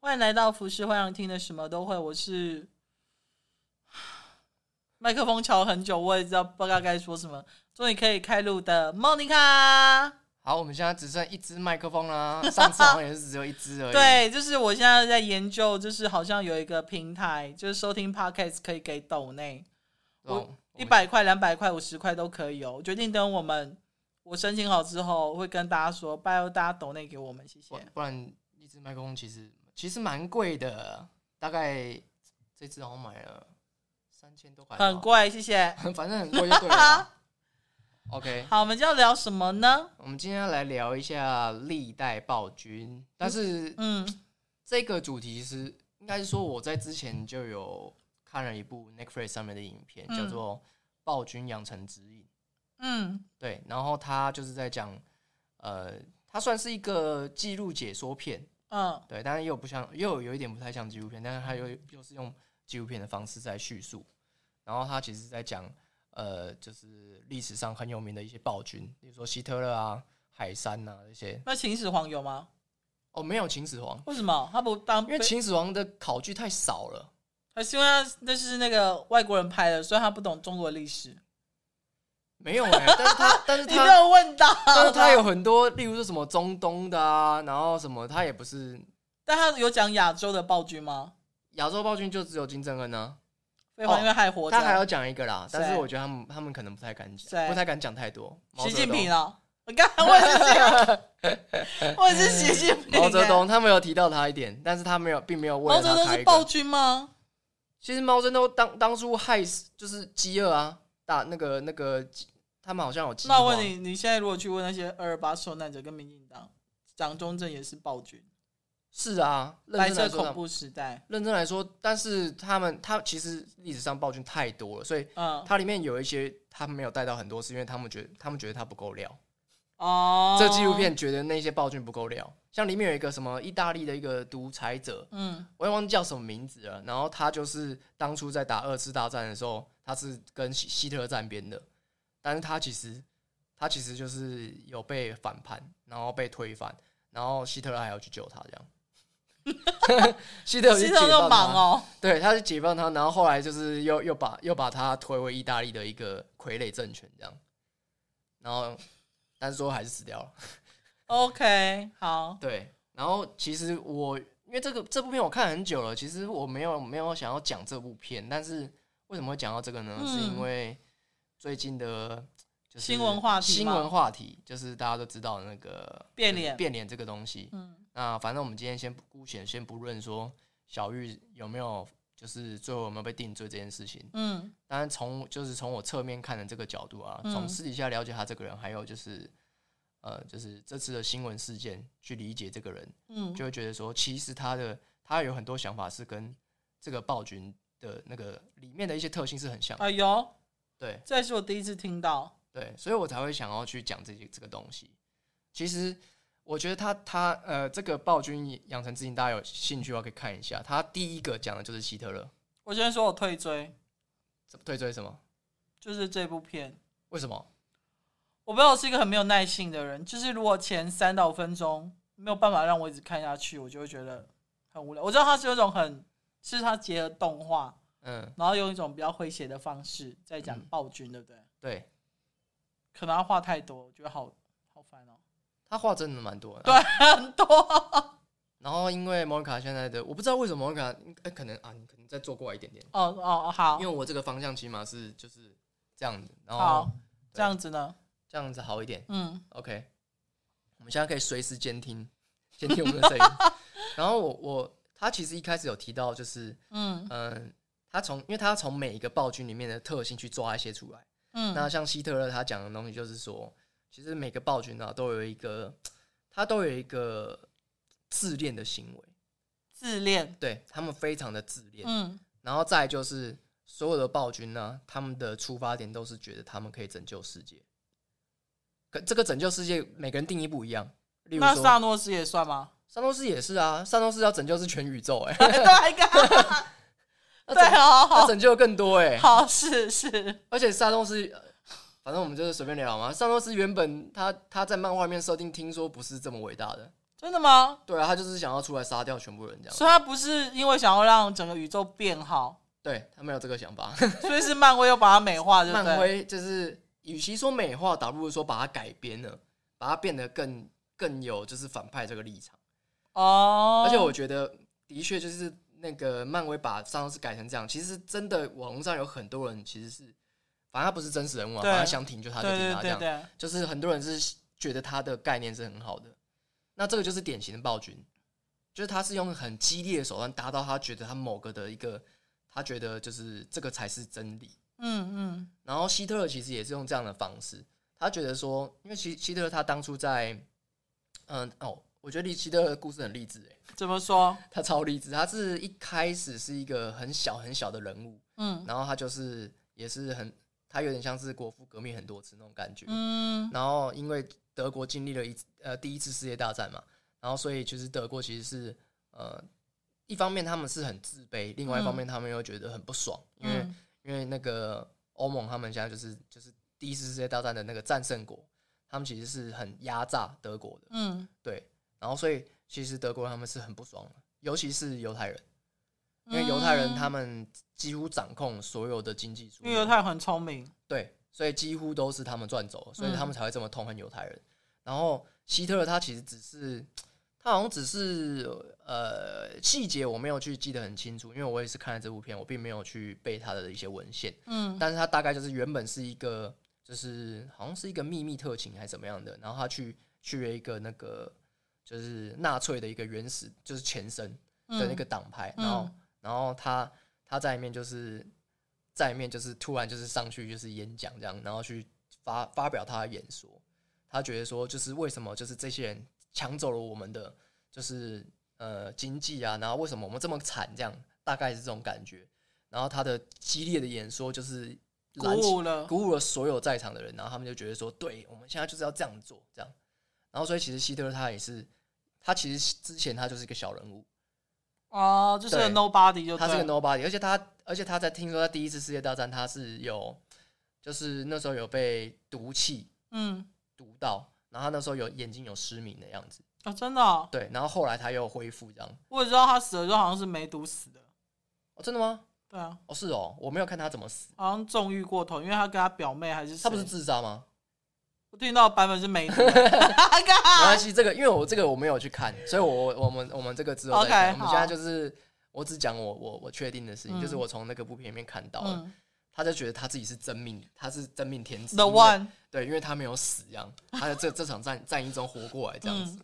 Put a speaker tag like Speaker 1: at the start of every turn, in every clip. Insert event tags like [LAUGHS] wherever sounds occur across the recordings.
Speaker 1: 欢迎来到服饰会让你听的什么都会，我是 [SIGHS] 麦克风敲了很久，我也知道不知道该说什么，终于可以开录的莫妮卡。
Speaker 2: 好，我们现在只剩一支麦克风啦， [LAUGHS] 上次好像也是只有一支而已。，
Speaker 1: 对，就是我现在在研究，就是好像有一个平台，就是收听 podcast 可以给抖内
Speaker 2: 我
Speaker 1: 一百块、两百块、五十块都可以哦。我决定等我们我申请好之后，会跟大家说，拜托大家抖内给我们，谢谢
Speaker 2: 不。不然一支麦克风其实其实蛮贵的，大概这支好像买了三千多块吧，
Speaker 1: 很贵，谢谢。
Speaker 2: [LAUGHS] 反正很贵就对
Speaker 1: [LAUGHS]
Speaker 2: 了。OK，
Speaker 1: 好，我们就要聊什么呢？
Speaker 2: 我们今天要来聊一下历代暴君，但是
Speaker 1: 嗯，
Speaker 2: 这个主题是应该是说我在之前就有看了一部 Netflix 上面的影片，
Speaker 1: 嗯
Speaker 2: 叫做《暴君养成指引》。
Speaker 1: 嗯
Speaker 2: 对，然后他就是在讲，呃，它算是一个记录解说片，
Speaker 1: 嗯
Speaker 2: 对，但是又不像，又有一点不太像纪录片，但是它又又是用纪录片的方式在叙述。然后他其实在讲，呃，就是历史上很有名的一些暴君，比如说希特勒啊、海山呐、啊、这些。
Speaker 1: 那秦始皇有吗？
Speaker 2: 哦，没有秦始皇，
Speaker 1: 为什么他不当？
Speaker 2: 因为秦始皇的考据太少了。
Speaker 1: 还是因为他那是那个外国人拍的，所以他不懂中国历史。 [LAUGHS]
Speaker 2: 没有哎、但是他，但是
Speaker 1: 你
Speaker 2: 他
Speaker 1: 没有嗯问到，
Speaker 2: 但是他有，很多，例如是什么中东的啊，然后什么，他也不是
Speaker 1: [LAUGHS] 但他有讲亚洲的暴君吗？
Speaker 2: 亚洲暴君，就只有金正恩啊。
Speaker 1: 废话，
Speaker 2: 哦
Speaker 1: 因为还活
Speaker 2: 他还
Speaker 1: 着。
Speaker 2: 要讲一个啦，但
Speaker 1: 谁
Speaker 2: 是我觉得他们他们可能不太敢
Speaker 1: 谁
Speaker 2: 讲，不太敢讲太多。毛
Speaker 1: 习
Speaker 2: 泽
Speaker 1: 近
Speaker 2: 东
Speaker 1: 平啊，我刚才我也是这样，我也是习近平欸。
Speaker 2: 毛
Speaker 1: [LAUGHS]
Speaker 2: 泽东他们有提到他一点，但是他没有，并没有为
Speaker 1: 毛
Speaker 2: 了
Speaker 1: 泽
Speaker 2: 他
Speaker 1: 东
Speaker 2: 开
Speaker 1: 是
Speaker 2: 一
Speaker 1: 暴
Speaker 2: 个。
Speaker 1: 君吗？
Speaker 2: 其实毛泽东当当初害死就是饥饿啊，打那个那个饥，他们好像有饥
Speaker 1: 那
Speaker 2: 荒。
Speaker 1: 我问你，你现在如果去问那些二二八受难者跟民进党，蒋中正也是暴君，
Speaker 2: 是啊，
Speaker 1: 白
Speaker 2: 认真
Speaker 1: 色
Speaker 2: 来说
Speaker 1: 恐
Speaker 2: 他们，
Speaker 1: 怖时代，
Speaker 2: 认真来说，但是他们他其实历史上暴君太多了，所以
Speaker 1: 嗯，
Speaker 2: 它里面有一些他们没有带到很多，是因为他们觉得他们觉得他不够料。
Speaker 1: 哦，
Speaker 2: 这纪录，片觉得那些暴君不够料，像里面有一个什么意大利的一个独裁者，
Speaker 1: 嗯
Speaker 2: 我也忘记叫什么名字了。然后他就是当初在打二次大战的时候，他是跟希希特勒站边的，但是他其实他其实就是有被反叛，然后被推翻，然后希特勒还要去救他，这样。 [LAUGHS] 希特勒去
Speaker 1: 西
Speaker 2: 解
Speaker 1: 藏又忙
Speaker 2: 放他，
Speaker 1: 哦，
Speaker 2: 对，他是解放他，然后后来就是又又把又把他推回意大利的一个傀儡政权这样，然后但是最后还是死掉了。
Speaker 1: OK，好，
Speaker 2: 对，然后其实我因为这个这部片我看很久了，其实我没有没有想要讲这部片，但是为什么会讲到这个呢？
Speaker 1: 嗯
Speaker 2: 是因为最近的就是
Speaker 1: 新闻话题
Speaker 2: 新
Speaker 1: 吗
Speaker 2: 闻话题就是大家都知道那个
Speaker 1: 变
Speaker 2: 就是
Speaker 1: 脸
Speaker 2: 变脸这个东西。
Speaker 1: 嗯
Speaker 2: 那反正我们今天先不姑且先不论说小玉有没有就是最后有没有被定罪这件事情，
Speaker 1: 嗯
Speaker 2: 当然从就是从我侧面看的这个角度啊，
Speaker 1: 嗯
Speaker 2: 从私底下了解他这个人，还有就是呃，就是这次的新闻事件去理解这个人，
Speaker 1: 嗯
Speaker 2: 就会觉得说，其实他的他有很多想法是跟这个暴君的那个里面的一些特性是很像的，
Speaker 1: 哎呦，
Speaker 2: 对
Speaker 1: 这也是我第一次听到。
Speaker 2: 对，所以我才会想要去讲这些这个东西。其实我觉得他他呃，这个暴君养成之前，大家有兴趣的话可以看一下，他第一个讲的就是希特勒，
Speaker 1: 我先说我退追，
Speaker 2: 怎么对追什么？
Speaker 1: 就是这部片。
Speaker 2: 为什么？
Speaker 1: 我不知道我是一个很没有耐性的人，就是如果前三到五分钟没有办法让我一直看下去，我就会觉得很无聊。我知道它是有一种很，是它结合动画，
Speaker 2: 嗯，
Speaker 1: 然后用一种比较诙谐的方式在讲
Speaker 2: 嗯
Speaker 1: 暴君，对不对？
Speaker 2: 对。
Speaker 1: 可能他话太多，我觉得好好烦哦， [LAUGHS]
Speaker 2: 他话真的蛮多的，
Speaker 1: 对很多哦
Speaker 2: 然后因为摩卡现在的，我不知道为什么摩卡，哎，可能啊，你可能再坐过来一点点，
Speaker 1: 哦哦好
Speaker 2: 因为我哦这个方向起码是就是这样子，然后
Speaker 1: 好这样子呢，
Speaker 2: 这样子好一点。
Speaker 1: 嗯
Speaker 2: OK，我们现在可以随时监听，监听我们的声音。然后我我他其实一开始有提到，就是
Speaker 1: 嗯
Speaker 2: 嗯、他从因为他从每一个暴君里面的特性去抓一些出来。那
Speaker 1: 嗯
Speaker 2: 像希特勒他讲的东西，就是说，其实每个暴君啊都有一个，他都有一个自恋的行为，
Speaker 1: 自恋，
Speaker 2: 对他们非常的自恋。
Speaker 1: 嗯
Speaker 2: 然后再来就是所有的暴君呢，他们的出发点都是觉得他们可以拯救世界。可这个拯救世界，每个人定义不一样。例如
Speaker 1: 那萨
Speaker 2: 说，
Speaker 1: 诺斯也算吗？ [LAUGHS]
Speaker 2: 萨诺斯也是啊，萨诺斯要拯救是全宇宙、欸，哎，
Speaker 1: 对，一个 [LAUGHS]
Speaker 2: 那
Speaker 1: 对，啊
Speaker 2: 拯
Speaker 1: 好
Speaker 2: 那
Speaker 1: 好
Speaker 2: 拯救得更多哎、欸。
Speaker 1: 好是是，
Speaker 2: 而且萨诺斯，呃反正我们就是随便聊嘛。萨诺斯原本他他在漫画里面设定，听说不是这么伟大的，
Speaker 1: 真的吗？
Speaker 2: 对啊，他就是想要出来杀掉全部人这样。
Speaker 1: 所以他不是因为想要让整个宇宙变好，
Speaker 2: 对他没有这个想法。
Speaker 1: 所以是漫威又把它美化，对不
Speaker 2: 漫
Speaker 1: 对？
Speaker 2: 威就是，与其说美化，倒不如说把它改编了，把它变得更更有就是反派这个立场。
Speaker 1: 哦，
Speaker 2: 而且我觉得，的确就是那个漫威把上次改成这样，其实真的网络上有很多人其实是，反正他不是真实人物啊，
Speaker 1: 对
Speaker 2: 反正想挺就他就
Speaker 1: 对
Speaker 2: 挺
Speaker 1: 对
Speaker 2: 他这
Speaker 1: 对
Speaker 2: 样，
Speaker 1: 对，
Speaker 2: 就是很多人是觉得他的概念是很好的。那这个就是典型的暴君，就是他是用很激烈的手段达到他觉得他某个的一个，他觉得就是这个才是真理。
Speaker 1: 嗯嗯，
Speaker 2: 然后希特勒其实也是用这样的方式，他觉得说，因为希希特勒他当初在，嗯哦，我觉得希特勒的故事很励志诶，
Speaker 1: 怎么说？
Speaker 2: 他超励志，他是一开始是一个很小很小的人物，
Speaker 1: 嗯
Speaker 2: 然后他就是也是很，他有点像是国父革命很多次那种感觉，
Speaker 1: 嗯
Speaker 2: 然后因为德国经历了一次呃第一次世界大战嘛，然后所以其实德国其实是呃一方面他们是很自卑，另外一方面他们又觉得很不爽，因为。
Speaker 1: 嗯
Speaker 2: 因为那个欧盟他们现在就是就是第一次世界大战的那个战胜国，他们其实是很压榨德国的，
Speaker 1: 嗯，
Speaker 2: 对，然后所以其实德国他们是很不爽的，尤其是犹太人，
Speaker 1: 嗯
Speaker 2: 因为犹太人他
Speaker 1: 们，
Speaker 2: 们几乎掌控所有的经济枢
Speaker 1: 因为犹
Speaker 2: 纽，
Speaker 1: 太人很聪明，
Speaker 2: 对，所以几乎都是他们赚走了，所以
Speaker 1: 嗯
Speaker 2: 他们才会这么痛恨犹太人。然后希特勒他其实只是。他好像只是呃细节我没有去记得很清楚，因为我也是看了这部片，我并没有去背他的一些文献。
Speaker 1: 嗯
Speaker 2: 但是他大概就是原本是一个，就是好像是一个秘密特勤还是怎么样的，然后他去去了一个那个就是纳粹的一个原始就是前身的那个党派，
Speaker 1: 嗯
Speaker 2: 然后然后他他在里面就是在里面就是突然就是上去就是演讲这样，然后去发发表他的演说，他觉得说就是为什么就是这些人抢走了我们的就是呃经济啊，然后为什么我们这么惨这样，大概是这种感觉。然后他的激烈的演说就是
Speaker 1: 嗯鼓
Speaker 2: 燃起
Speaker 1: 舞了，
Speaker 2: 鼓舞了所有在场的人，然后他们就觉得说，对我们现在就是要这样做，这样。然后所以其实希特勒他也是，他其实之前他就是一个小人物，
Speaker 1: 哦，就是个
Speaker 2: 对
Speaker 1: nobody 就
Speaker 2: 他是
Speaker 1: 对啊
Speaker 2: 个
Speaker 1: 了
Speaker 2: nobody，而且他而且他在听说他第一次世界大战他是有，就是那时候有被毒气
Speaker 1: 嗯
Speaker 2: 毒到，然后他那时候有眼睛有失明的样子，
Speaker 1: 啊，真的哦，
Speaker 2: 对，然后后来他又恢复这样。
Speaker 1: 我也知道他死了，就好像是梅毒死的，
Speaker 2: 哦，真的吗？
Speaker 1: 对啊，
Speaker 2: 哦，是哦，我没有看他怎么死，
Speaker 1: 好像纵欲过头，因为他跟他表妹还是
Speaker 2: 他不是
Speaker 1: 谁
Speaker 2: 自杀吗？
Speaker 1: 我听到的版本是
Speaker 2: [LAUGHS]
Speaker 1: 梅毒的，
Speaker 2: 没关系，这个因为我这个我没有去看，所以我我们我们这个之后
Speaker 1: OK，
Speaker 2: 再讲。我们
Speaker 1: 好
Speaker 2: 现在就是我只讲我我我确定的事情，
Speaker 1: 嗯
Speaker 2: 就是我从那个部片里面看到的，
Speaker 1: 嗯
Speaker 2: 他就觉得他自己是真命，他是真命天子
Speaker 1: ，The
Speaker 2: 因为
Speaker 1: One，
Speaker 2: 对，因为他没有死，这样他在这这场战战役中活过来这
Speaker 1: 嗯
Speaker 2: 样子，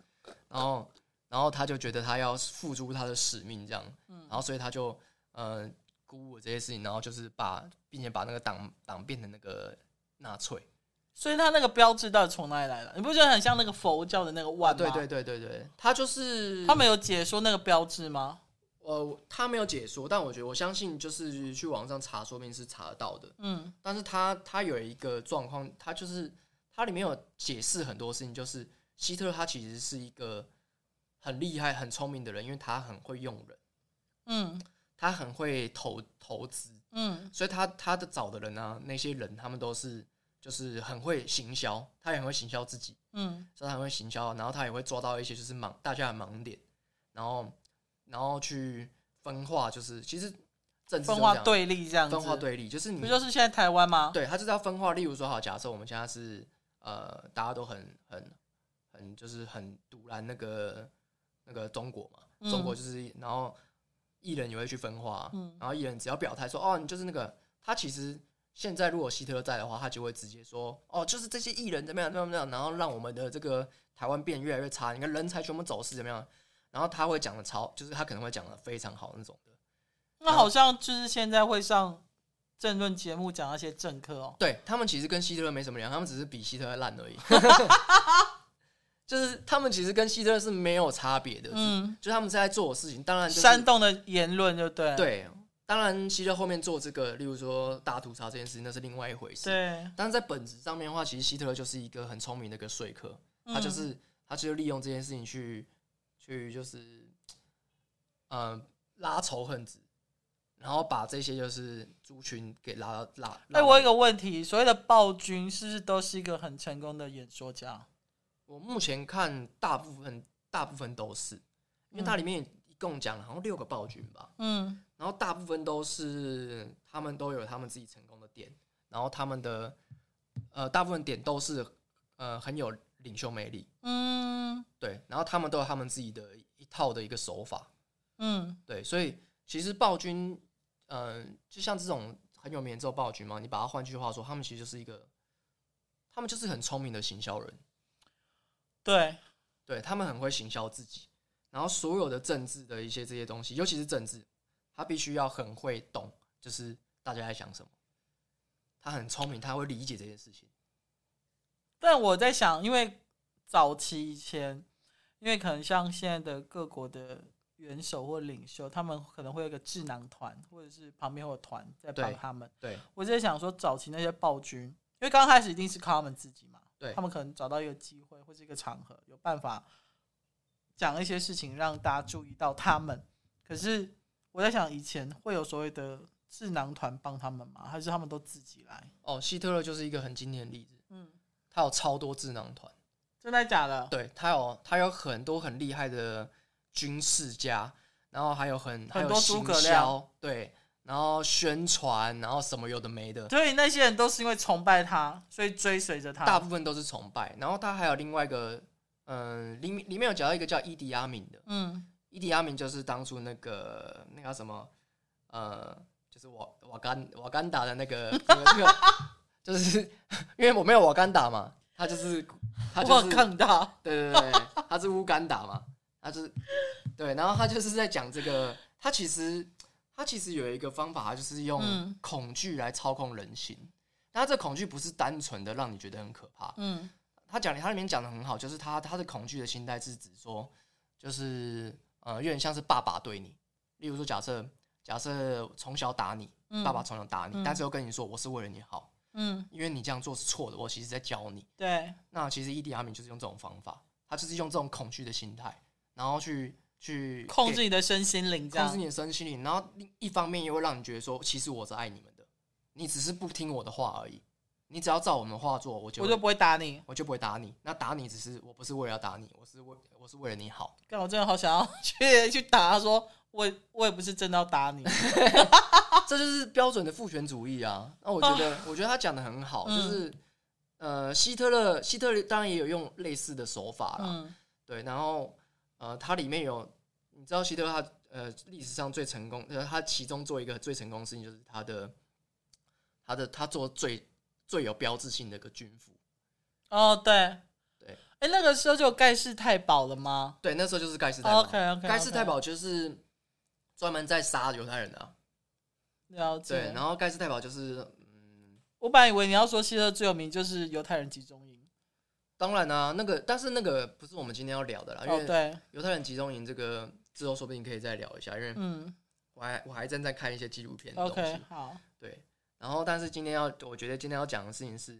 Speaker 2: 然后然后他就觉得他要付出他的使命这样，然后所以他就呃鼓舞这些事情，然后就是把并且把那个党党变成那个纳粹，
Speaker 1: 所以他那个标志到底从哪里来的？你不觉得很像那个佛教的那个
Speaker 2: 啊
Speaker 1: 万吗？
Speaker 2: 对对对对对，他就是
Speaker 1: 他们有解说那个标志吗？
Speaker 2: 呃，他没有解说，但我觉得我相信，就是去网上查，说不定是查得到的。
Speaker 1: 嗯
Speaker 2: 但是他他有一个状况，他就是他里面有解释很多事情，就是希特勒他其实是一个很厉害、很聪明的人，因为他很会用人，
Speaker 1: 嗯
Speaker 2: 他很会投投资，
Speaker 1: 嗯
Speaker 2: 所以他他的找的人啊，那些人他们都是就是很会行销，他也很会行销自己，
Speaker 1: 嗯
Speaker 2: 所以他很会行销，啊然后他也会抓到一些就是盲大家的盲点，然后然后去分化，就是其实政
Speaker 1: 分
Speaker 2: 治就是这
Speaker 1: 化
Speaker 2: 样
Speaker 1: 对立这样子，
Speaker 2: 分化对立，就是你
Speaker 1: 不就是现在台湾吗？
Speaker 2: 对他就是要分化。例如说，好，假设我们现在是呃，大家都很很很就是很独揽那个那个中国嘛，中国
Speaker 1: 嗯
Speaker 2: 就是、然后艺人也会去分化，啊
Speaker 1: 嗯
Speaker 2: 然后艺人只要表态说哦，你就是那个他其实。现在如果希特勒在的话，他就会直接说：“哦，就是这些艺人怎么样怎么样怎么样，然后让我们的这个台湾变越来越差，你看人才全部走势怎么样？”然后他会讲的超，就是他可能会讲的非常好那种的。
Speaker 1: 那好像就是现在会上政论节目讲那些政客哦。
Speaker 2: 对他们其实跟希特勒没什么两样，他们只是比希特勒烂而已。 [LAUGHS] 就是他们其实跟希特勒是没有差别的，
Speaker 1: 嗯，
Speaker 2: 就他们是在做的事情。当然、就是，
Speaker 1: 煽动的言论就对了
Speaker 2: 对，当然希特勒后面做这个，例如说大屠杀这件事情，那是另外一回事。
Speaker 1: 对，
Speaker 2: 但是在本质上面的话，其实希特勒就是一个很聪明的一个说客，他
Speaker 1: 嗯
Speaker 2: 就是他就利用这件事情去去就是嗯、呃拉仇恨值，然后把这些就是族群给拉到拉。
Speaker 1: 哎、
Speaker 2: 拉到
Speaker 1: 我有一个问题，所谓的暴君是不是都是一个很成功的演说家？
Speaker 2: 我目前看大部分大部分都是，因为它里面一共讲了好像六个暴君吧，
Speaker 1: 嗯
Speaker 2: 然后大部分都是他们都有他们自己成功的点，然后他们的呃大部分点都是呃很有领袖魅力，
Speaker 1: 嗯
Speaker 2: 对，然后他们都有他们自己的一套的一个手法，
Speaker 1: 嗯
Speaker 2: 对，所以其实暴君，嗯、就像这种很有名的这种暴君嘛，你把它换句话说，他们其实就是一个，他们就是很聪明的行销人，
Speaker 1: 对，
Speaker 2: 对他们很会行销自己，然后所有的政治的一些这些东西，尤其是政治，他必须要很会懂，就是大家在想什么，他很聪明，他会理解这件事情。
Speaker 1: 但我在想，因为早期以前，因为可能像现在的各国的元首或领袖，他们可能会有一个智囊团，或者是旁边会有团在帮
Speaker 2: 对
Speaker 1: 他们。
Speaker 2: 对
Speaker 1: 我在想说，早期那些暴君，因为刚开始一定是靠他们自己嘛，
Speaker 2: 对
Speaker 1: 他们可能找到一个机会或是一个场合，有办法讲一些事情让大家注意到他们。可是我在想，以前会有所谓的智囊团帮他们吗？还是他们都自己来？
Speaker 2: 哦，希特勒就是一个很经典的例子，
Speaker 1: 嗯，
Speaker 2: 他有超多智囊团。
Speaker 1: 真的假的？
Speaker 2: 对他有他有很多很厉害的军事家，然后还有很还
Speaker 1: 很
Speaker 2: 有
Speaker 1: 多诸葛
Speaker 2: 行
Speaker 1: 亮
Speaker 2: 销，对，然后宣传，然后什么有的没的，
Speaker 1: 所以那些人都是因为崇拜他，所以追随着他。
Speaker 2: 大部分都是崇拜。然后他还有另外一个，嗯，里面里面有讲到一个叫伊迪阿敏的，
Speaker 1: 嗯
Speaker 2: 伊迪阿敏，E 就是当初那个那个叫什么，呃，就是瓦瓦干瓦干达的那个那个那个，就是 [LAUGHS] 因为我没有瓦干达嘛，他就是他就
Speaker 1: 我
Speaker 2: 是
Speaker 1: 看到，
Speaker 2: 对对对对，他是乌干达嘛，他就是对，然后他就是在讲这个，他其实他其实有一个方法，他就是用
Speaker 1: 嗯
Speaker 2: 恐惧来操控人心。但他这恐惧不是单纯的让你觉得很可怕，
Speaker 1: 嗯
Speaker 2: 他讲他里面讲的很好，就是他他的恐惧的心态是指说，就是呃，有点像是爸爸对你，例如说假设假设从小打你，
Speaker 1: 嗯，
Speaker 2: 爸爸，从小打你，
Speaker 1: 嗯
Speaker 2: 但是又跟你说我是为了你好，
Speaker 1: 嗯，
Speaker 2: 因为你这样做是错的，我其实在教你。
Speaker 1: 对，
Speaker 2: 那其实伊迪阿敏就是用这种方法，他就是用这种恐惧的心态，然后去去
Speaker 1: 控
Speaker 2: 给
Speaker 1: 制你的身心灵，这
Speaker 2: 控制
Speaker 1: 样，
Speaker 2: 你的身心灵，然后另一方面也会让你觉得说，其实我是爱你们的，你只是不听我的话而已，你只要照我们的话做，我就
Speaker 1: 我就不会打你。
Speaker 2: 我就不会打你。那打你只是我不是为了要打你，我是为我是为了你好。
Speaker 1: 但我真的好想要 [LAUGHS] 去去打他说，我也我也不是真的要打你。啊
Speaker 2: 这就是标准的父权主义啊。那我觉得，我觉得他讲的很好，就
Speaker 1: 嗯
Speaker 2: 是呃，希特勒，希特勒当然也有用类似的手法啦，
Speaker 1: 嗯
Speaker 2: 对，然后呃，它里面有，你知道希特勒他呃历史上最成功，呃，他其中做一个最成功的事情就是他的他的他做最最有标志性的一个军服。
Speaker 1: 哦，对
Speaker 2: 对，
Speaker 1: 哎，那个时候就有盖世太保了吗
Speaker 2: 对，那时候就是盖世太保。
Speaker 1: ？OK 哦 OK，
Speaker 2: 盖世太保就是专门在杀犹太人的啊、
Speaker 1: 了
Speaker 2: 对，
Speaker 1: 解
Speaker 2: 然。后盖世太保就是嗯，
Speaker 1: 我本来以为你要说希特勒最有名就是犹太人集中营。
Speaker 2: 当然啊，那个但是那个不是我们今天要聊的啦，
Speaker 1: 哦，
Speaker 2: 啊因为
Speaker 1: 对，
Speaker 2: 犹太人集中营这个之后说不定可以再聊一下，因为
Speaker 1: 嗯
Speaker 2: 我还我还正在看一些纪录片的东西
Speaker 1: ，OK，。好。
Speaker 2: 对，然后但是今天要，我觉得今天要讲的事情是，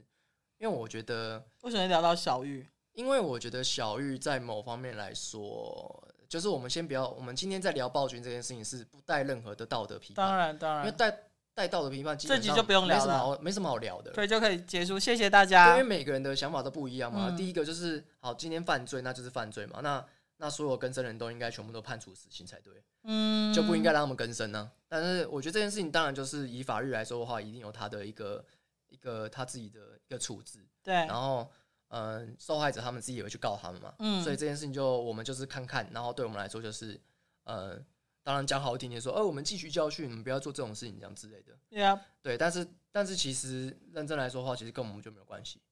Speaker 2: 因为我觉得，
Speaker 1: 为什么聊到小玉？
Speaker 2: 因为我觉得小玉在某方面来说，就是我们先不要，我们今天在聊暴君这件事情是不带任何的道德批
Speaker 1: 当
Speaker 2: 判，
Speaker 1: 然，当
Speaker 2: 因为
Speaker 1: 然，
Speaker 2: 带带道德批判基本
Speaker 1: 这集
Speaker 2: 上
Speaker 1: 就不用聊
Speaker 2: 没什么
Speaker 1: 了
Speaker 2: 好没什么好聊的。
Speaker 1: 对，就可以结束。谢谢大
Speaker 2: 对
Speaker 1: 家
Speaker 2: 因为。每个人的想法都不一样嘛。
Speaker 1: 啊嗯
Speaker 2: 第一个就是，好，今天犯罪那就是犯罪嘛，那那所有更生人都应该全部都判处死刑才对，
Speaker 1: 嗯，
Speaker 2: 就不应该让他们更生呢、但是我觉得这件事情当然就是以法律来说的话，一定有他的一个一个他自己的一个处置。
Speaker 1: 对
Speaker 2: 然，后嗯、呃受害者他们自己也会去告他们嘛，
Speaker 1: 嗯，
Speaker 2: 所以这件事情就我们就是看看，然后对我们来说就是呃，当然讲好听点说，呃，我们汲取教训，我们不要做这种事情这样之类的，
Speaker 1: 对啊，
Speaker 2: 对，但是但是其实认真来说的话，其实跟我们就没有关系，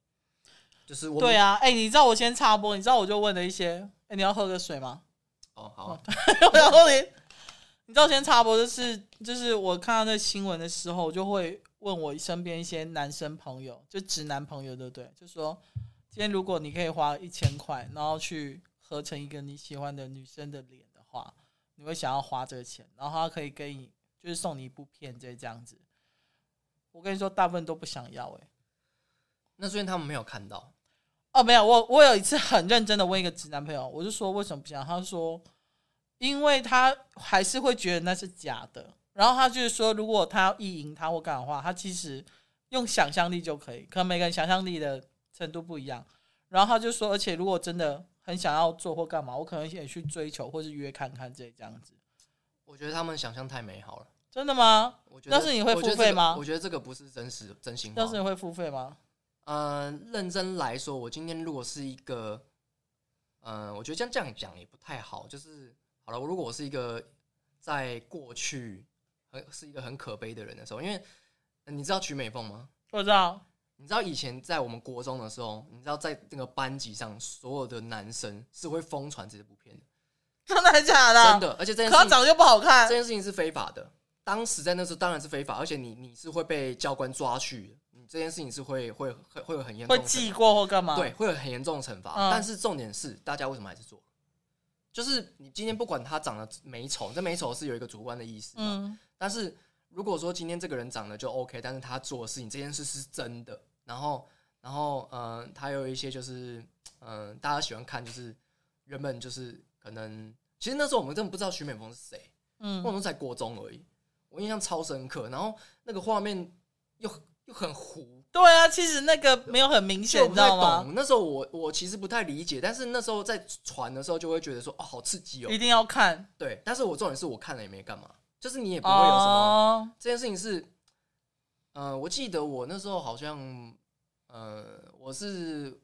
Speaker 2: 就是我们
Speaker 1: 对啊，哎、你知道我先插播，你知道我就问了一些，哎、你要喝个水吗？
Speaker 2: 哦好啊，
Speaker 1: [LAUGHS] 然后你，你知道我先插播，就是就是我看到那新闻的时候，我就会问我身边一些男生朋友，就直男朋友，对不对？就说今天如果你可以花一千块，然后去合成一个你喜欢的女生的脸的话，你会想要花这个钱，然后他可以给你就是送你一部片，这这样子。我跟你说，大部分都不想要、哎。
Speaker 2: [LAUGHS] 那虽然他们没有看到，
Speaker 1: 哦，没有，我我有一次很认真的问一个直男朋友，我就说为什么不想，他说因为他还是会觉得那是假的，然后他就是说如果他要意淫他或干嘛的话，他其实用想象力就可以，可能每个人想象力的程度不一样，然后他就说，而且如果真的很想要做或干嘛，我可能也去追求或是约看看这这样子。
Speaker 2: 我觉得他们想象太美好了。
Speaker 1: 真的吗？
Speaker 2: 我觉得，
Speaker 1: 但是你会
Speaker 2: 我觉得
Speaker 1: 付费
Speaker 2: 这个
Speaker 1: 吗
Speaker 2: 我觉得这个不是真实真心话
Speaker 1: 要。是你会付费吗？
Speaker 2: 嗯、认真来说，我今天如果是一个，嗯、我觉得这样这样讲也不太好。就是好了，如果我是一个在过去很是一个很可悲的人的时候，因为、呃你知道曲美凤吗？
Speaker 1: 我知道，
Speaker 2: 你知道以前在我们国中的时候，你知道在那个班级上，所有的男生是会疯传这部片的，
Speaker 1: 真的还假的？
Speaker 2: 真的。而且这件
Speaker 1: 啊可他
Speaker 2: 事情
Speaker 1: 长得又不好看
Speaker 2: 这，件事情是非法的。当时在那时候当然是非法，而且你你是会被教官抓去的，你这件事情是会会会会有很严重
Speaker 1: 会
Speaker 2: 的惩
Speaker 1: 记过或干嘛？
Speaker 2: 对，，会有很严重的惩罚。
Speaker 1: 嗯
Speaker 2: 但是重点是，大家为什么还是做？就是你今天不管他长得美丑，这美丑是有一个主观的意思嘛。
Speaker 1: 嗯，
Speaker 2: 但是如果说今天这个人长得就 OK，但是他做的事情这件事是真的，然后然后嗯、呃他有一些就是嗯、呃大家喜欢看就是原本就是可能，其实那时候我们真的不知道徐美凤是谁，
Speaker 1: 嗯
Speaker 2: 我，们才国中而已，我印象超深刻。然后那个画面又又很糊，
Speaker 1: 对啊，其实那个没有很明
Speaker 2: 就
Speaker 1: 显，
Speaker 2: 我
Speaker 1: 你
Speaker 2: 不
Speaker 1: 知
Speaker 2: 太
Speaker 1: 道吗？
Speaker 2: 懂。那时候我我其实不太理解，但是那时候在传的时候就会觉得说哦，好刺激哦
Speaker 1: 一。定要看
Speaker 2: 对，但是我重点是我看了也没干嘛，就是你也不会有什么。
Speaker 1: 哦，
Speaker 2: 这件事情是，呃，我记得我那时候好像，呃，我是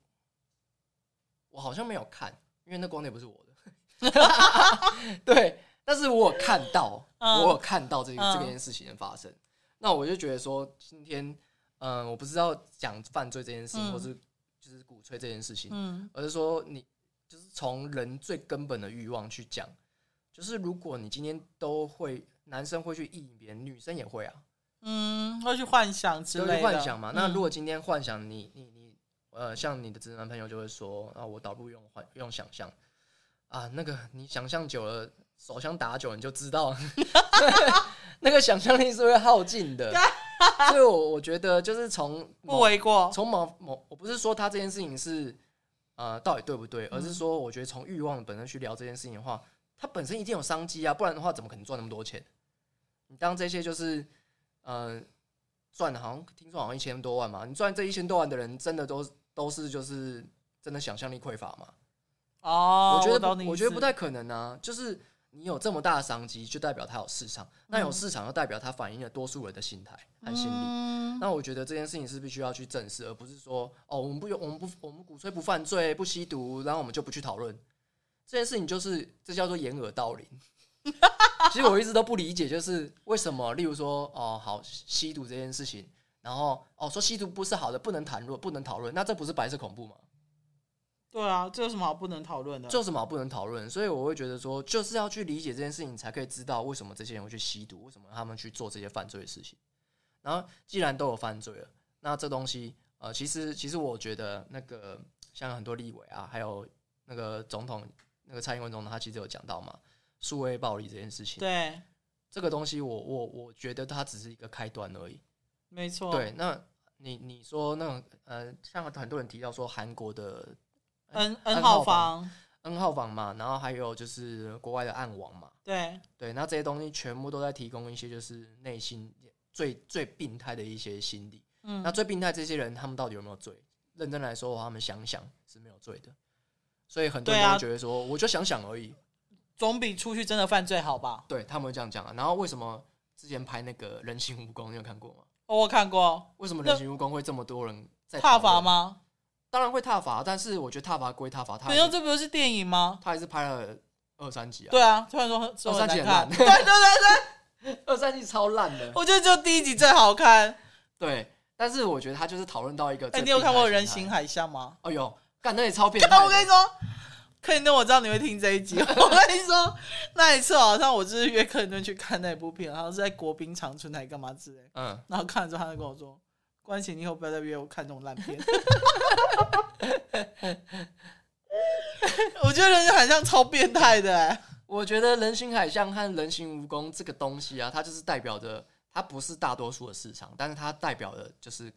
Speaker 2: 我好像没有看，因为那光碟不是我的。 [LAUGHS] 对，但是我有看到，
Speaker 1: 嗯
Speaker 2: 我有看到这个、
Speaker 1: 嗯
Speaker 2: 这件事情的发生。那我就觉得说，今天，嗯、我不知道讲犯罪这件事情，
Speaker 1: 嗯
Speaker 2: 或是就是鼓吹这件事情，
Speaker 1: 嗯
Speaker 2: 而是说你就是从人最根本的欲望去讲，就是如果你今天都会，男生会去意淫别人，女生也会啊，
Speaker 1: 嗯，会去幻想之
Speaker 2: 就
Speaker 1: 类
Speaker 2: 是
Speaker 1: 的，
Speaker 2: 幻想嘛。那
Speaker 1: 嗯
Speaker 2: 如果今天幻想你你你呃，像你的直男朋友就会说啊，我导入用幻用想象啊，那个你想象久了，手枪打久了你 [LAUGHS] 就知道，那个想象力是会耗
Speaker 1: [LAUGHS]
Speaker 2: 尽的。所以我，我觉得就是从
Speaker 1: 不
Speaker 2: 某
Speaker 1: 为过，
Speaker 2: 从某某，我不是说他这件事情是呃到底对不对，而
Speaker 1: 嗯
Speaker 2: 是说我觉得从欲望本身去聊这件事情的话，它本身一定有商机啊，不然的话怎么可能赚那么多钱？你当这些就是呃赚的好像听说好像一千多万嘛，你赚这一千多万的人真的都都是就是真的想象力匮乏嘛？
Speaker 1: 哦，
Speaker 2: 我觉得
Speaker 1: 懂
Speaker 2: 不
Speaker 1: 你意
Speaker 2: 我
Speaker 1: 思
Speaker 2: 觉得不太可能啊，就是。你有这么大的商机，就代表它有市场。那有市场，就代表它反映了多数人的心态和心理。
Speaker 1: 嗯
Speaker 2: 那我觉得这件事情是必须要去正视，而不是说哦，我们不，我们不，我们鼓吹不犯罪、不吸毒，然后我们就不去讨论这件事情，就是这叫做掩耳盗铃。 [LAUGHS] 其实我一直都不理解，就是为什么，例如说哦，好吸毒这件事情，然后哦说吸毒不是好的，不能谈论，不能讨论，那这不是白色恐怖吗？
Speaker 1: 对啊，这有什么好不能讨论的？
Speaker 2: 这有什么好不能讨论？所以我会觉得说，就是要去理解这件事情，才可以知道为什么这些人会去吸毒，为什么他们去做这些犯罪的事情。然后，既然都有犯罪了，那这东西，呃，其实其实我觉得那个像很多立委啊，还有那个总统，那个蔡英文总统，他其实有讲到嘛，数位暴力这件事情，
Speaker 1: 对，
Speaker 2: 这个东西我，我我觉得它只是一个开端而已。
Speaker 1: 没错，
Speaker 2: 对，那你你说那种呃，像很多人提到说韩国的
Speaker 1: ，N
Speaker 2: ，N
Speaker 1: N
Speaker 2: 号
Speaker 1: 号房，
Speaker 2: N 号房嘛，然后还有就是国外的暗网嘛，
Speaker 1: 对，
Speaker 2: 对，那这些东西全部都在提供一些就是内心最最病态的一些心理。
Speaker 1: 嗯
Speaker 2: 那，最病态这些人，他们到底有没有罪？认真来说的话，他们想想是没有罪的。所以很多人
Speaker 1: 对啊
Speaker 2: 都会觉得说，我就想想而已。
Speaker 1: 总比出去真的犯罪好吧？
Speaker 2: 对他们会这样讲啊。然后为什么之前拍那个人形蜈蚣，你有看过吗？
Speaker 1: 哦我看过，
Speaker 2: 为什么
Speaker 1: 那
Speaker 2: 人形蜈蚣会这么多人在
Speaker 1: 踏
Speaker 2: 讨论
Speaker 1: 伐？吗？
Speaker 2: 当然会踏伐，啊但是我觉得踏伐归踏伐，他
Speaker 1: 等
Speaker 2: 还
Speaker 1: 一下，
Speaker 2: 是
Speaker 1: 这不是电影吗？
Speaker 2: 他还是拍了二三集啊。
Speaker 1: 对啊，突然说很说
Speaker 2: 二
Speaker 1: 很
Speaker 2: 哦三集
Speaker 1: 难
Speaker 2: 很
Speaker 1: 看，
Speaker 2: 烂， [LAUGHS]
Speaker 1: 对对对对，
Speaker 2: 二三集超烂的。
Speaker 1: 我觉得就第一集最好看。
Speaker 2: [LAUGHS] 对，但是我觉得他就是讨论到一个
Speaker 1: 哎、
Speaker 2: 最
Speaker 1: 你
Speaker 2: 病
Speaker 1: 有
Speaker 2: 态的心态。
Speaker 1: 看过《人形海象》吗？
Speaker 2: 哎呦，干那也超变态
Speaker 1: 看，
Speaker 2: 的。
Speaker 1: [LAUGHS] 我跟你说，克林顿，我知道你会听这一集。 [LAUGHS] 我跟你说，那一次好像我就是约克林顿去看那部片，然后是在国宾长春台干嘛之类的，
Speaker 2: 嗯，
Speaker 1: 然后看了之后他就跟我说：“关系，你以后不要再约我看这种烂片。” [LAUGHS] 我觉得《人形海象》超变态的、哎
Speaker 2: 我觉得人形海象和人形蜈蚣这个东西啊，它就是代表着它不是大多数的市场，但是它代表的就是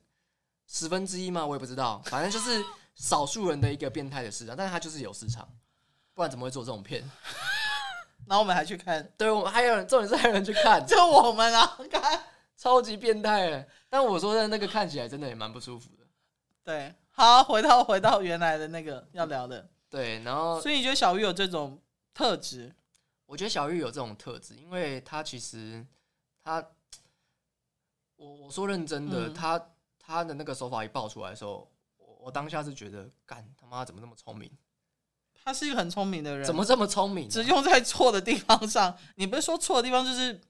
Speaker 2: 十分之一嘛，我也不知道，反正就是少数人的一个变态的市场，但是它就是有市场，不然怎么会做这种片？
Speaker 1: 然后我们还去看，
Speaker 2: 对，我们还有人，重点是还有人去看，
Speaker 1: 就我们啊看，
Speaker 2: 超级变态的。但我说的那个看起来真的也蛮不舒服的。
Speaker 1: 对，好，回到回到原来的那个要聊的，
Speaker 2: 对，然后
Speaker 1: 所以你觉得小玉有这种特质？
Speaker 2: 我觉得小玉有这种特质，因为她其实她，我我说认真的，
Speaker 1: 嗯
Speaker 2: 她她的那个手法一爆出来的时候，我我当下是觉得，干他妈怎么那么聪明，
Speaker 1: 他是一个很聪明的人，
Speaker 2: 怎么这么聪明啊、
Speaker 1: 只用在错的地方上？你不是说错的地方就是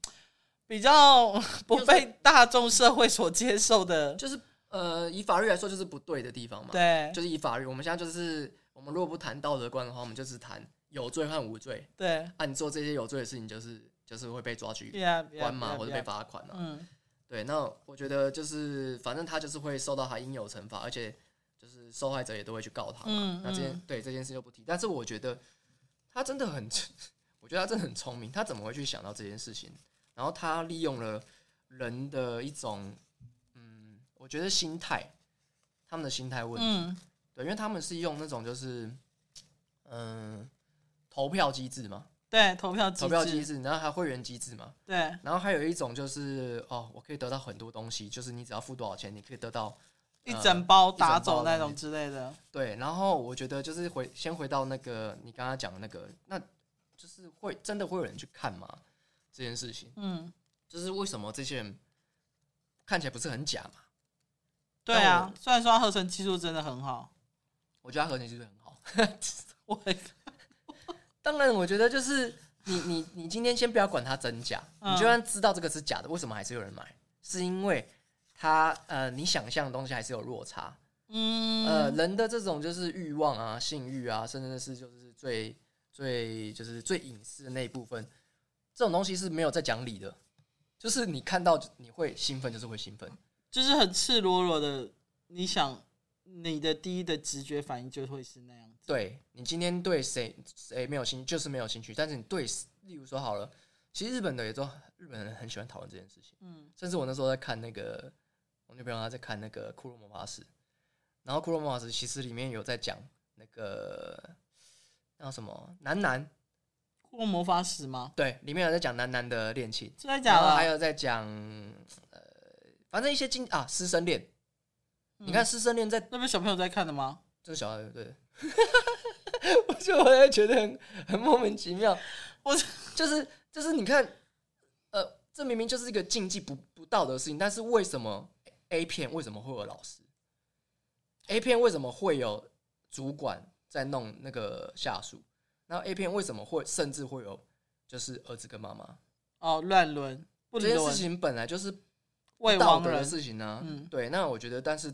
Speaker 1: 比
Speaker 2: [LAUGHS]
Speaker 1: 较不被大众社会所接受的？
Speaker 2: 就是呃，以法律来说就是不对的地方嘛。，
Speaker 1: 对
Speaker 2: 就是以法律，我们现在就是我们如果不谈道德观的话，我们就是谈有罪和无罪。
Speaker 1: 对
Speaker 2: 啊，你做这些有罪的事情，就是就是会被抓去
Speaker 1: ，yeah, yeah,
Speaker 2: 关嘛，
Speaker 1: yeah,
Speaker 2: 或者被
Speaker 1: yeah
Speaker 2: 罚款嘛。
Speaker 1: 嗯，
Speaker 2: 对，那我觉得就是反正他就是会受到他应有惩罚，而且就是受害者也都会去告他嘛。
Speaker 1: 嗯
Speaker 2: 那这件
Speaker 1: 嗯
Speaker 2: 对这件事就不提，但是我觉得他真的很， [LAUGHS] 我觉得他真的很聪明，他怎么会去想到这件事情？然后他利用了人的一种，嗯，我觉得心态，他们的心态问题，
Speaker 1: 嗯
Speaker 2: 对，因为他们是用那种就是，嗯、投票机制嘛，
Speaker 1: 对，投票机
Speaker 2: 投票机
Speaker 1: 制，
Speaker 2: 制，然后还有会员机制嘛，
Speaker 1: 对
Speaker 2: 然后还有一种就是哦，我可以得到很多东西，就是你只要付多少钱，你可以得到
Speaker 1: 一
Speaker 2: 呃
Speaker 1: 整包
Speaker 2: 一整
Speaker 1: 打
Speaker 2: 包
Speaker 1: 走
Speaker 2: 的
Speaker 1: 那
Speaker 2: 东
Speaker 1: 种
Speaker 2: 西
Speaker 1: 之类的，
Speaker 2: 对。然后我觉得就是回先回到那个你刚刚讲的那个，那就是会真的会有人去看吗？这件事情
Speaker 1: 嗯，
Speaker 2: 就是为什么这些人看起来不是很假嘛？
Speaker 1: 对
Speaker 2: 但
Speaker 1: 啊
Speaker 2: 我。
Speaker 1: 虽然说他合成技术真的很好，
Speaker 2: 我觉得他合成技术很好。
Speaker 1: 我
Speaker 2: [LAUGHS] 当然，我觉得就是你你你今天先不要管它真假，
Speaker 1: 嗯
Speaker 2: 你就算知道这个是假的，为什么还是有人买？是因为它呃你想象的东西还是有落差。
Speaker 1: 嗯
Speaker 2: 呃，人的这种就是欲望啊、性欲啊，甚至是就是最最就是最隐私的那一部分，这种东西是没有在讲理的。就是你看到你会兴奋，就是会兴奋。
Speaker 1: 就是很赤裸裸的，你想你的第一的直觉反应就会是那样子。
Speaker 2: 对你今天对谁谁没有兴，就是没有兴趣。但是你对，例如说好了，其实日本的也都日本人很喜欢讨论这件事情。
Speaker 1: 嗯
Speaker 2: 甚至我那时候在看那个，我女朋友她在看那个《库洛魔法使》，然后《库洛魔法使》其实里面有在讲那个那叫什么男男，
Speaker 1: 过魔法史吗？
Speaker 2: 对，里面有在讲男男的恋情，
Speaker 1: 真的
Speaker 2: 然
Speaker 1: 假
Speaker 2: 后
Speaker 1: 的？
Speaker 2: 还有啊在讲呃，反正一些经啊师生恋。
Speaker 1: 嗯
Speaker 2: 你看师生恋在
Speaker 1: 那边小朋友在看的吗？
Speaker 2: 这小孩对， [LAUGHS] 我就我也觉得很很莫名其妙。
Speaker 1: 我
Speaker 2: 就是就是你看，呃，这明明就是一个禁忌不不道德的事情，但是为什么 A 片为什么会有老师？A 片为什么会有主管在弄那个下属？然后 A 片为什么会甚至会有就是儿子跟妈妈？
Speaker 1: 哦，乱伦不
Speaker 2: 这件事
Speaker 1: 伦，
Speaker 2: 情本来就是
Speaker 1: 未
Speaker 2: 道
Speaker 1: 亡
Speaker 2: 德的
Speaker 1: 人。
Speaker 2: 事情呢、
Speaker 1: 嗯
Speaker 2: 对，那我觉得，但是，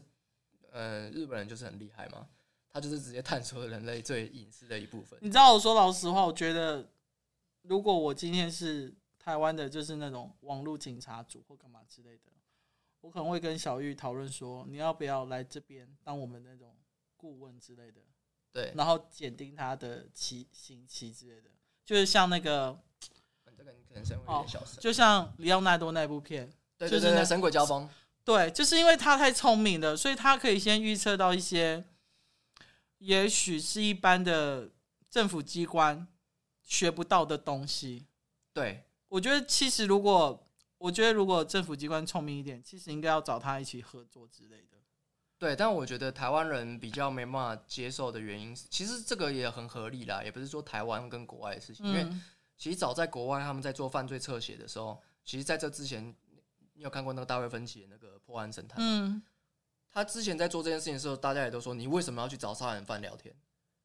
Speaker 2: 呃，日本人就是很厉害嘛，他就是直接探索了人类最隐私的一部分。
Speaker 1: 你知道，我说老实话，我觉得如果我今天是台湾的，就是那种网络警察组或干嘛之类的，我可能会跟小玉讨论说，你要不要来这边当我们那种顾问之类的。
Speaker 2: 对，
Speaker 1: 然后检定他的期刑期之类的，就是像那个，
Speaker 2: 这个你可能稍微有
Speaker 1: 哦
Speaker 2: 点小声。
Speaker 1: 就像里奥纳多那部片，
Speaker 2: 对
Speaker 1: 就
Speaker 2: 对
Speaker 1: 是
Speaker 2: 对
Speaker 1: 那
Speaker 2: 对，神鬼
Speaker 1: [LAUGHS]
Speaker 2: 交锋，
Speaker 1: 对，就是因为他太聪明了，所以他可以先预测到一些，也许是一般的政府机关学不到的东西。
Speaker 2: 对
Speaker 1: 我觉得其实如果我觉得如果政府机关聪明一点，其实应该要找他一起合作之类的。
Speaker 2: 对。但我觉得台湾人比较没办法接受的原因，其实这个也很合理啦，也不是说台湾跟国外的事情，因为
Speaker 1: 嗯，
Speaker 2: 其实早在国外他们在做犯罪侧写的时候，其实在这之前，你有看过那个大卫芬奇的那个《破案神探》吗？
Speaker 1: 嗯
Speaker 2: 他之前在做这件事情的时候，大家也都说你为什么要去找杀人犯聊天？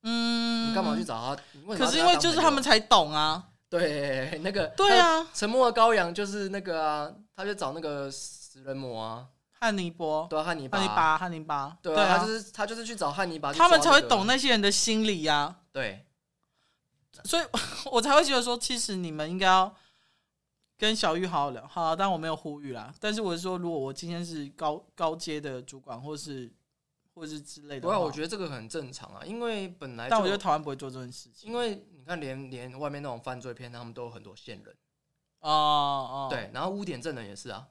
Speaker 1: 嗯，
Speaker 2: 你干嘛去？找他？你为什
Speaker 1: 可
Speaker 2: 么要
Speaker 1: 是
Speaker 2: 跟
Speaker 1: 因为就是
Speaker 2: 当
Speaker 1: 他
Speaker 2: 朋
Speaker 1: 们
Speaker 2: 友
Speaker 1: 才懂啊，
Speaker 2: 对 [LAUGHS] 那个
Speaker 1: 对，啊，
Speaker 2: 沉默的羔羊就是那个啊，他就找那个食人魔啊，
Speaker 1: 汉尼伯。
Speaker 2: 对啊，汉尼拔，
Speaker 1: 汉尼拔，汉尼拔，
Speaker 2: 对
Speaker 1: 啊，
Speaker 2: 啊，他就是他就是去找汉尼拔去
Speaker 1: 他
Speaker 2: 抓那个，
Speaker 1: 们才会懂那些人的心理啊呀、
Speaker 2: 对
Speaker 1: 所以 [LAUGHS] 我才会觉得说，其实你们应该要跟小玉好好聊。好、但我没有呼吁啦。但是我是说，如果我今天是高高阶的主管，或是或是之类的
Speaker 2: 不
Speaker 1: 话，
Speaker 2: 过我觉得这个很正常啊，因为本来
Speaker 1: 啊但我
Speaker 2: 就
Speaker 1: 觉得台湾不会做这件事情。
Speaker 2: 因为你看连连外面那种犯罪片，他们都有很多线人，
Speaker 1: 哦哦，，
Speaker 2: 对，然后污点证人也是啊，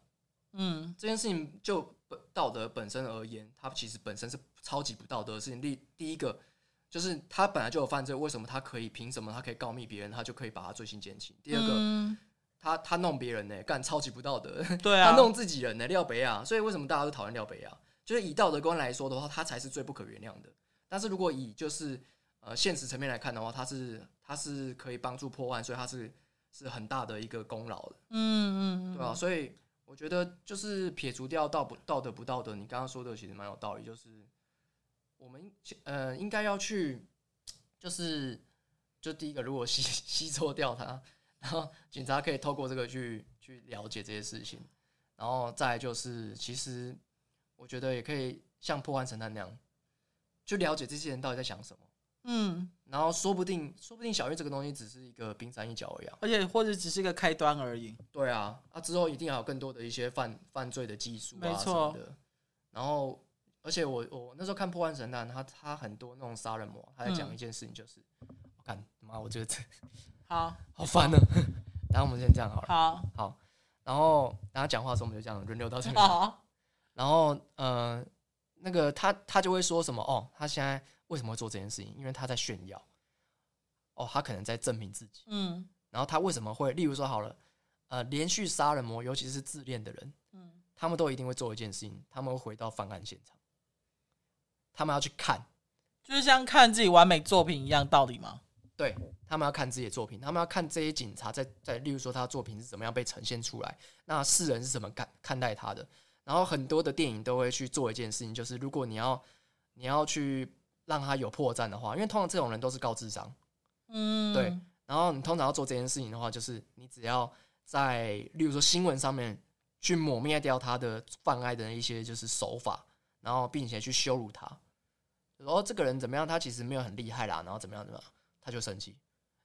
Speaker 1: 嗯，
Speaker 2: 这件事情就本道德本身而言，它其实本身是超级不道德的事情。第第一个就是他本来就有犯罪，为什么他可以？凭什么他可以告密别人，他就可以把他罪行减轻？第二个， [LAUGHS]
Speaker 1: 嗯
Speaker 2: 他他弄别人呢、干超级不道德，
Speaker 1: 对
Speaker 2: [LAUGHS]
Speaker 1: 啊
Speaker 2: 他，弄自己人呢、廖北亚。所以为什么大家都讨厌廖北亚？就是以道德观来说的话，他才是最不可原谅的。但是如果以就是呃现实层面来看的话，它是它是可以帮助破案，所以它是是很大的一个功劳的，
Speaker 1: 嗯嗯嗯，
Speaker 2: 对啊，所以我觉得就是撇除掉道不道德不道德，你刚刚说的其实蛮有道理，就是我们呃应该要去，就是就第一个，如果吸吸收掉它，然后警察可以透过这个去去了解这些事情，然后再来就是其实我觉得也可以像破案神探那样，去了解这些人到底在想什么。
Speaker 1: 嗯，
Speaker 2: 然后说不定，说不定小玉这个东西只是一个冰山一角而已、啊。
Speaker 1: 而且或者只是个开端而已。
Speaker 2: 对啊，啊之后一定还有更多的一些犯犯罪的技术
Speaker 1: 没
Speaker 2: 啊
Speaker 1: 错
Speaker 2: 什么的。然后，而且我我那时候看《破案神探》，他他很多那种杀人魔，他在
Speaker 1: 嗯
Speaker 2: 讲一件事情，就是我看妈，我觉得这
Speaker 1: 好，哦
Speaker 2: 好烦啊。 [LAUGHS] 然后我们先这样好了。
Speaker 1: 好，
Speaker 2: 然后大家讲话的时候，我们就这样轮流到这里。
Speaker 1: 好，
Speaker 2: 然后，呃，那个他他就会说什么哦，他现在为什么会做这件事情？因为他在炫耀。哦，他可能在证明自己。
Speaker 1: 嗯
Speaker 2: 然后他为什么会，例如说好了，呃，连续杀人魔，尤其是自恋的人，
Speaker 1: 嗯
Speaker 2: 他们都一定会做一件事情，他们会回到犯案现场，他们要去看，
Speaker 1: 就是像看自己完美作品一样道理嘛。
Speaker 2: 对他们要看自己的作品，他们要看这些警察在在，例如说他的作品是怎么样被呈现出来，那世人是怎么看看待他的。然后很多的电影都会去做一件事情，就是如果你要你要去让他有破绽的话，因为通常这种人都是高智商，
Speaker 1: 嗯，
Speaker 2: 对然后你通常要做这件事情的话，就是你只要在例如说新闻上面去抹灭掉他的犯案的一些就是手法，然后并且去羞辱他，然后这个人怎么样，他其实没有很厉害啦，然后怎么样怎么样，他就生气，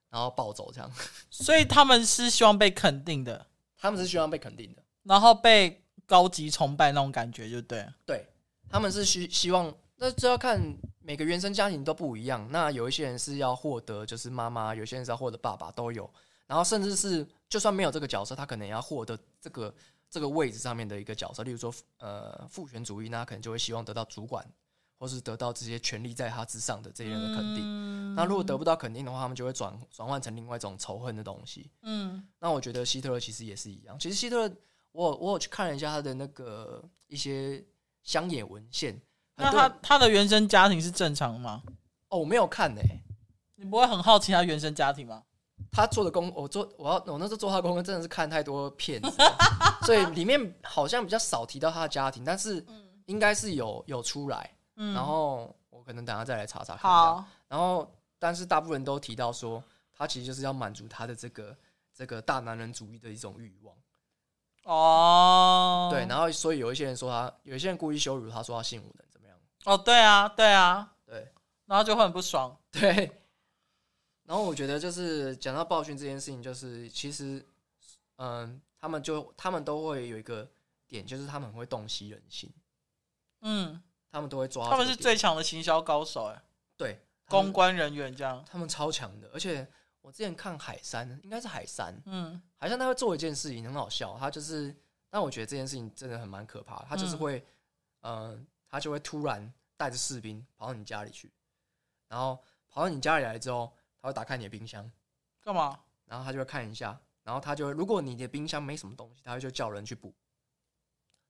Speaker 2: 然后暴走这样。 [LAUGHS]
Speaker 1: 所以他们是希望被肯定的，
Speaker 2: 他们是希望被肯定的，
Speaker 1: 然后被高级崇拜那种感觉，就对了。
Speaker 2: 对，他们是希希望，那这要看每个原生家庭都不一样。那有一些人是要获得就是妈妈，有些人是要获得爸爸，都有。然后甚至是就算没有这个角色，他可能也要获得这个这个位置上面的一个角色。例如说，呃，父权主义，那他可能就会希望得到主管，或是得到这些权力在他之上的这些人的肯定。
Speaker 1: 定
Speaker 2: 那如果得不到肯定的话，他们就会转转换成另外一种仇恨的东西。
Speaker 1: 嗯
Speaker 2: 那我觉得希特勒其实也是一样。其实希特勒，我有我有去看了一下他的那个一些乡野文献，很
Speaker 1: 那
Speaker 2: 多
Speaker 1: 他
Speaker 2: 人
Speaker 1: 他的原生家庭是正常的吗？
Speaker 2: 哦，我没有看呢、
Speaker 1: 你不会很好奇他原生家庭吗？
Speaker 2: 他做的功，我做我要我那时候做他的功课，真的是看太多片子了，所以里面好像比较少提到他的家庭，但是
Speaker 1: 嗯
Speaker 2: 应该是有有出来。
Speaker 1: 嗯
Speaker 2: 然后我可能等下再来查查看。，
Speaker 1: 好，
Speaker 2: 然后但是大部分人都提到说，他其实就是要满足他的这个这个大男人主义的一种欲望。
Speaker 1: 哦，
Speaker 2: 对，然后所以有一些人说他，有一些人故意羞辱他，说他性无能怎么样？
Speaker 1: 哦，对啊，对啊，
Speaker 2: 对 [LAUGHS]
Speaker 1: 然后就会很不爽。
Speaker 2: 对。然后我觉得就是讲到暴君这件事情，就是其实，嗯，他们就他们都会有一个点，就是他们很会洞悉人心，
Speaker 1: 嗯，
Speaker 2: 他们都会抓到
Speaker 1: 他们
Speaker 2: 这
Speaker 1: 是
Speaker 2: 个点
Speaker 1: 最强的行销高手，哎，
Speaker 2: 对他们
Speaker 1: 公关人员这样。
Speaker 2: 他们超强的，而且我之前看海山，应该是海山，
Speaker 1: 嗯
Speaker 2: 海山他会做一件事情很好笑，他就是，但我觉得这件事情真的很蛮可怕的，他就是
Speaker 1: 嗯
Speaker 2: 会，嗯，他就会突然带着士兵跑到你家里去，然后跑到你家里来之后，他会打开你的冰箱，
Speaker 1: 干嘛？
Speaker 2: 然后他就会看一下，然后他就会，如果你的冰箱没什么东西，他就叫人去补，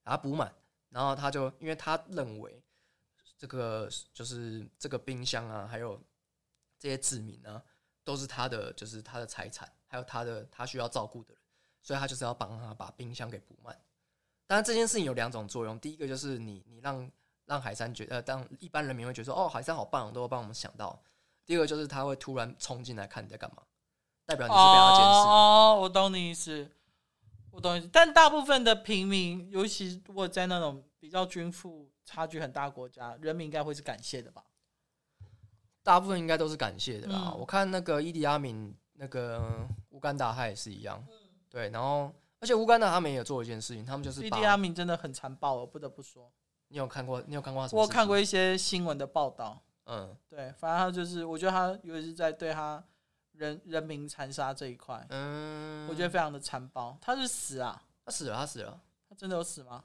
Speaker 2: 把它补满，然后他就因为他认为这个就是这个冰箱啊，还有这些子民啊，都是他的就是他的财产，还有他的他需要照顾的人，所以他就是要帮他把冰箱给补满。当然这件事情有两种作用，第一个就是你你让让海山觉呃，让一般人民会觉得说哦，海山好棒，都有帮我们想到。第二个就是他会突然冲进来看你在干嘛，代表你是被他监视。
Speaker 1: 哦，我懂你意思，我懂你意思。但大部分的平民，尤其如果在那种比较军富差距很大的国家，人民应该会是感谢的吧？
Speaker 2: 大部分应该都是感谢的啦。
Speaker 1: 嗯
Speaker 2: 我看那个伊迪阿敏，那个呃乌干达他也是一样，
Speaker 1: 嗯
Speaker 2: 对，然后而且乌干达他们也有做一件事情，他们就是
Speaker 1: 弟
Speaker 2: 把
Speaker 1: 弟阿明真的很残暴，我不得不说，
Speaker 2: 你有看过，你有看过他什么
Speaker 1: 我有
Speaker 2: 事情？
Speaker 1: 看过一些新闻的报道。
Speaker 2: 嗯
Speaker 1: 对，反正他就是，我觉得他尤其是在对他人人民残杀这一块，
Speaker 2: 嗯，
Speaker 1: 我觉得非常的残暴。他是死啊？
Speaker 2: 他死了，他死了，
Speaker 1: 他真的有死吗？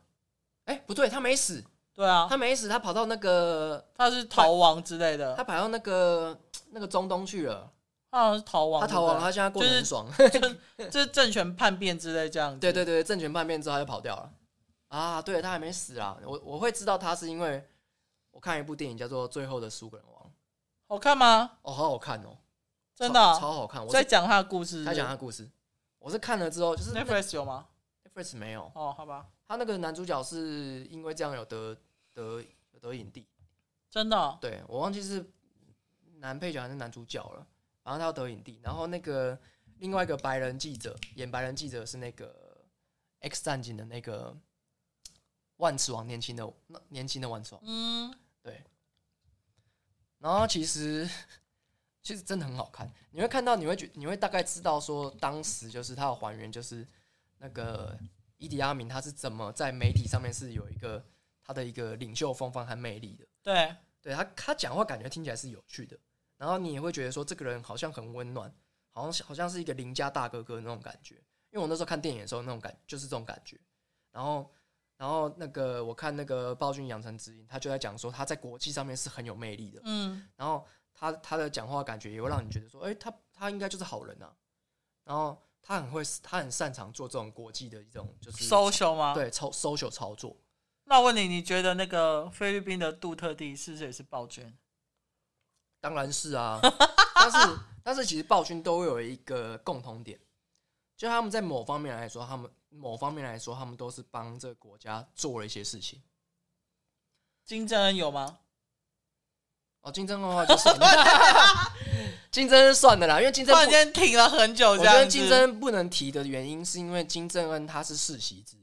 Speaker 2: 哎、不对，他没死，
Speaker 1: 对啊，
Speaker 2: 他没死，他跑到那个
Speaker 1: 他是逃亡之类的
Speaker 2: 他，跑到那个那个中东去了，
Speaker 1: 他好像是逃亡，
Speaker 2: 他逃亡，
Speaker 1: 对
Speaker 2: 他现在过得很爽， [LAUGHS]
Speaker 1: 不对，就是政权叛变之类这样子。
Speaker 2: 对对对，政权叛变之后他就跑掉了。啊，对，他还没死啊！我我会知道他是因为我看一部电影叫做《最后的苏格兰王》，
Speaker 1: 好看吗？
Speaker 2: 哦，好好看哦，
Speaker 1: 真的啊、
Speaker 2: 超超好看。我
Speaker 1: 在
Speaker 2: 是
Speaker 1: 讲他的故事是不
Speaker 2: 他
Speaker 1: 是
Speaker 2: 讲他的故事，我是看了之后就是那
Speaker 1: Netflix 有吗？
Speaker 2: Netflix 没有，
Speaker 1: 哦，好吧，
Speaker 2: 他那个男主角是因为这样有得得有得影帝，
Speaker 1: 真的哦、
Speaker 2: 对我忘记是男配角还是男主角了，然后他要得影帝，然后那个另外一个白人记者演白人记者是那个《X 战警》的那个万磁王，年轻的那年轻的万磁王，
Speaker 1: 嗯，
Speaker 2: 然后其实其实真的很好看，你会看到，你会觉，你会大概知道说，当时就是他有还原，就是那个伊迪阿明他是怎么在媒体上面是有一个他的一个领袖风范和魅力的。
Speaker 1: 对，
Speaker 2: 对他，他讲话感觉听起来是有趣的，然后你也会觉得说这个人好像很温暖，好像是好像是一个邻家大哥哥那种感觉。因为我那时候看电影的时候，那种感就是这种感觉。然后，然后那个我看那个《暴君养成指引》，他就在讲说他在国际上面是很有魅力的，
Speaker 1: 嗯，
Speaker 2: 然后他他的讲话感觉也会让你觉得说，哎、他他应该就是好人啊。然后他很会，他很擅长做这种国际的一种就是
Speaker 1: 搜球吗？。
Speaker 2: 对操 social 操作。
Speaker 1: 那我问你，你觉得那个菲律宾的杜特地是不是也是暴君？
Speaker 2: 当然是啊，但是但是其实暴君都有一个共同点，就他们在某方面来说，他们某方面来说，他们都是帮这个国家做了一些事情。
Speaker 1: 金正恩有吗？
Speaker 2: 哦，竞争的话就算了， [LAUGHS] 竞争是算的啦，因为竞
Speaker 1: 突
Speaker 2: 争
Speaker 1: 然
Speaker 2: 不，
Speaker 1: 间停了很久，
Speaker 2: 我
Speaker 1: 这
Speaker 2: 觉得
Speaker 1: 样
Speaker 2: 竞
Speaker 1: 子。
Speaker 2: 争不能提的原因是因为金正恩他是世袭制，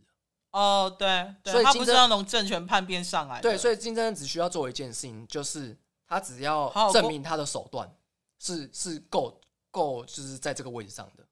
Speaker 1: 哦，对，
Speaker 2: 所
Speaker 1: 对，
Speaker 2: 以
Speaker 1: 他
Speaker 2: 金
Speaker 1: 不
Speaker 2: 正
Speaker 1: 是那种政权叛变上来的。
Speaker 2: 对，所以金正恩只需要做一件事情，就是他只要
Speaker 1: 好好过
Speaker 2: 证明他的手段是是够够，就是在这个位置上的。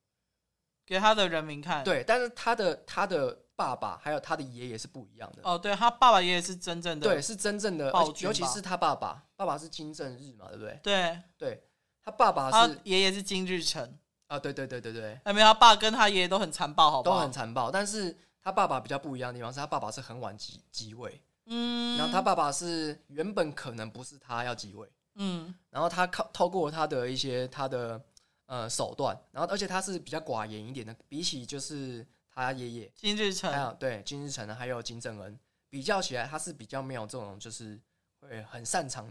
Speaker 1: 给他的人民看。，
Speaker 2: 对，但是他的他的爸爸还有他的爷爷是不一样的。
Speaker 1: 哦，对他爸爸爷爷是真正的。
Speaker 2: 对，是真正的，
Speaker 1: 暴
Speaker 2: 而且
Speaker 1: 君
Speaker 2: 尤其
Speaker 1: 吧
Speaker 2: 是他爸爸，爸爸是金正日嘛，对不对？
Speaker 1: 对，
Speaker 2: 对，他爸爸
Speaker 1: 他
Speaker 2: 啊是
Speaker 1: 爷爷是金日成，
Speaker 2: 啊，对对对对对，
Speaker 1: 哎，没有，他爸跟他爷爷都很残暴，好不
Speaker 2: 都
Speaker 1: 好？
Speaker 2: 很残暴。但是他爸爸比较不一样的地方是他爸爸是很晚即即位，
Speaker 1: 嗯，
Speaker 2: 然后他爸爸是原本可能不是他要即位，
Speaker 1: 嗯，
Speaker 2: 然后他靠透过他的一些他的呃手段，然后而且他是比较寡言一点的，比起就是他爷爷，
Speaker 1: 金日
Speaker 2: 还
Speaker 1: 成，
Speaker 2: 有对金日成还有金正恩比较起来，他是比较没有这种就是会很擅长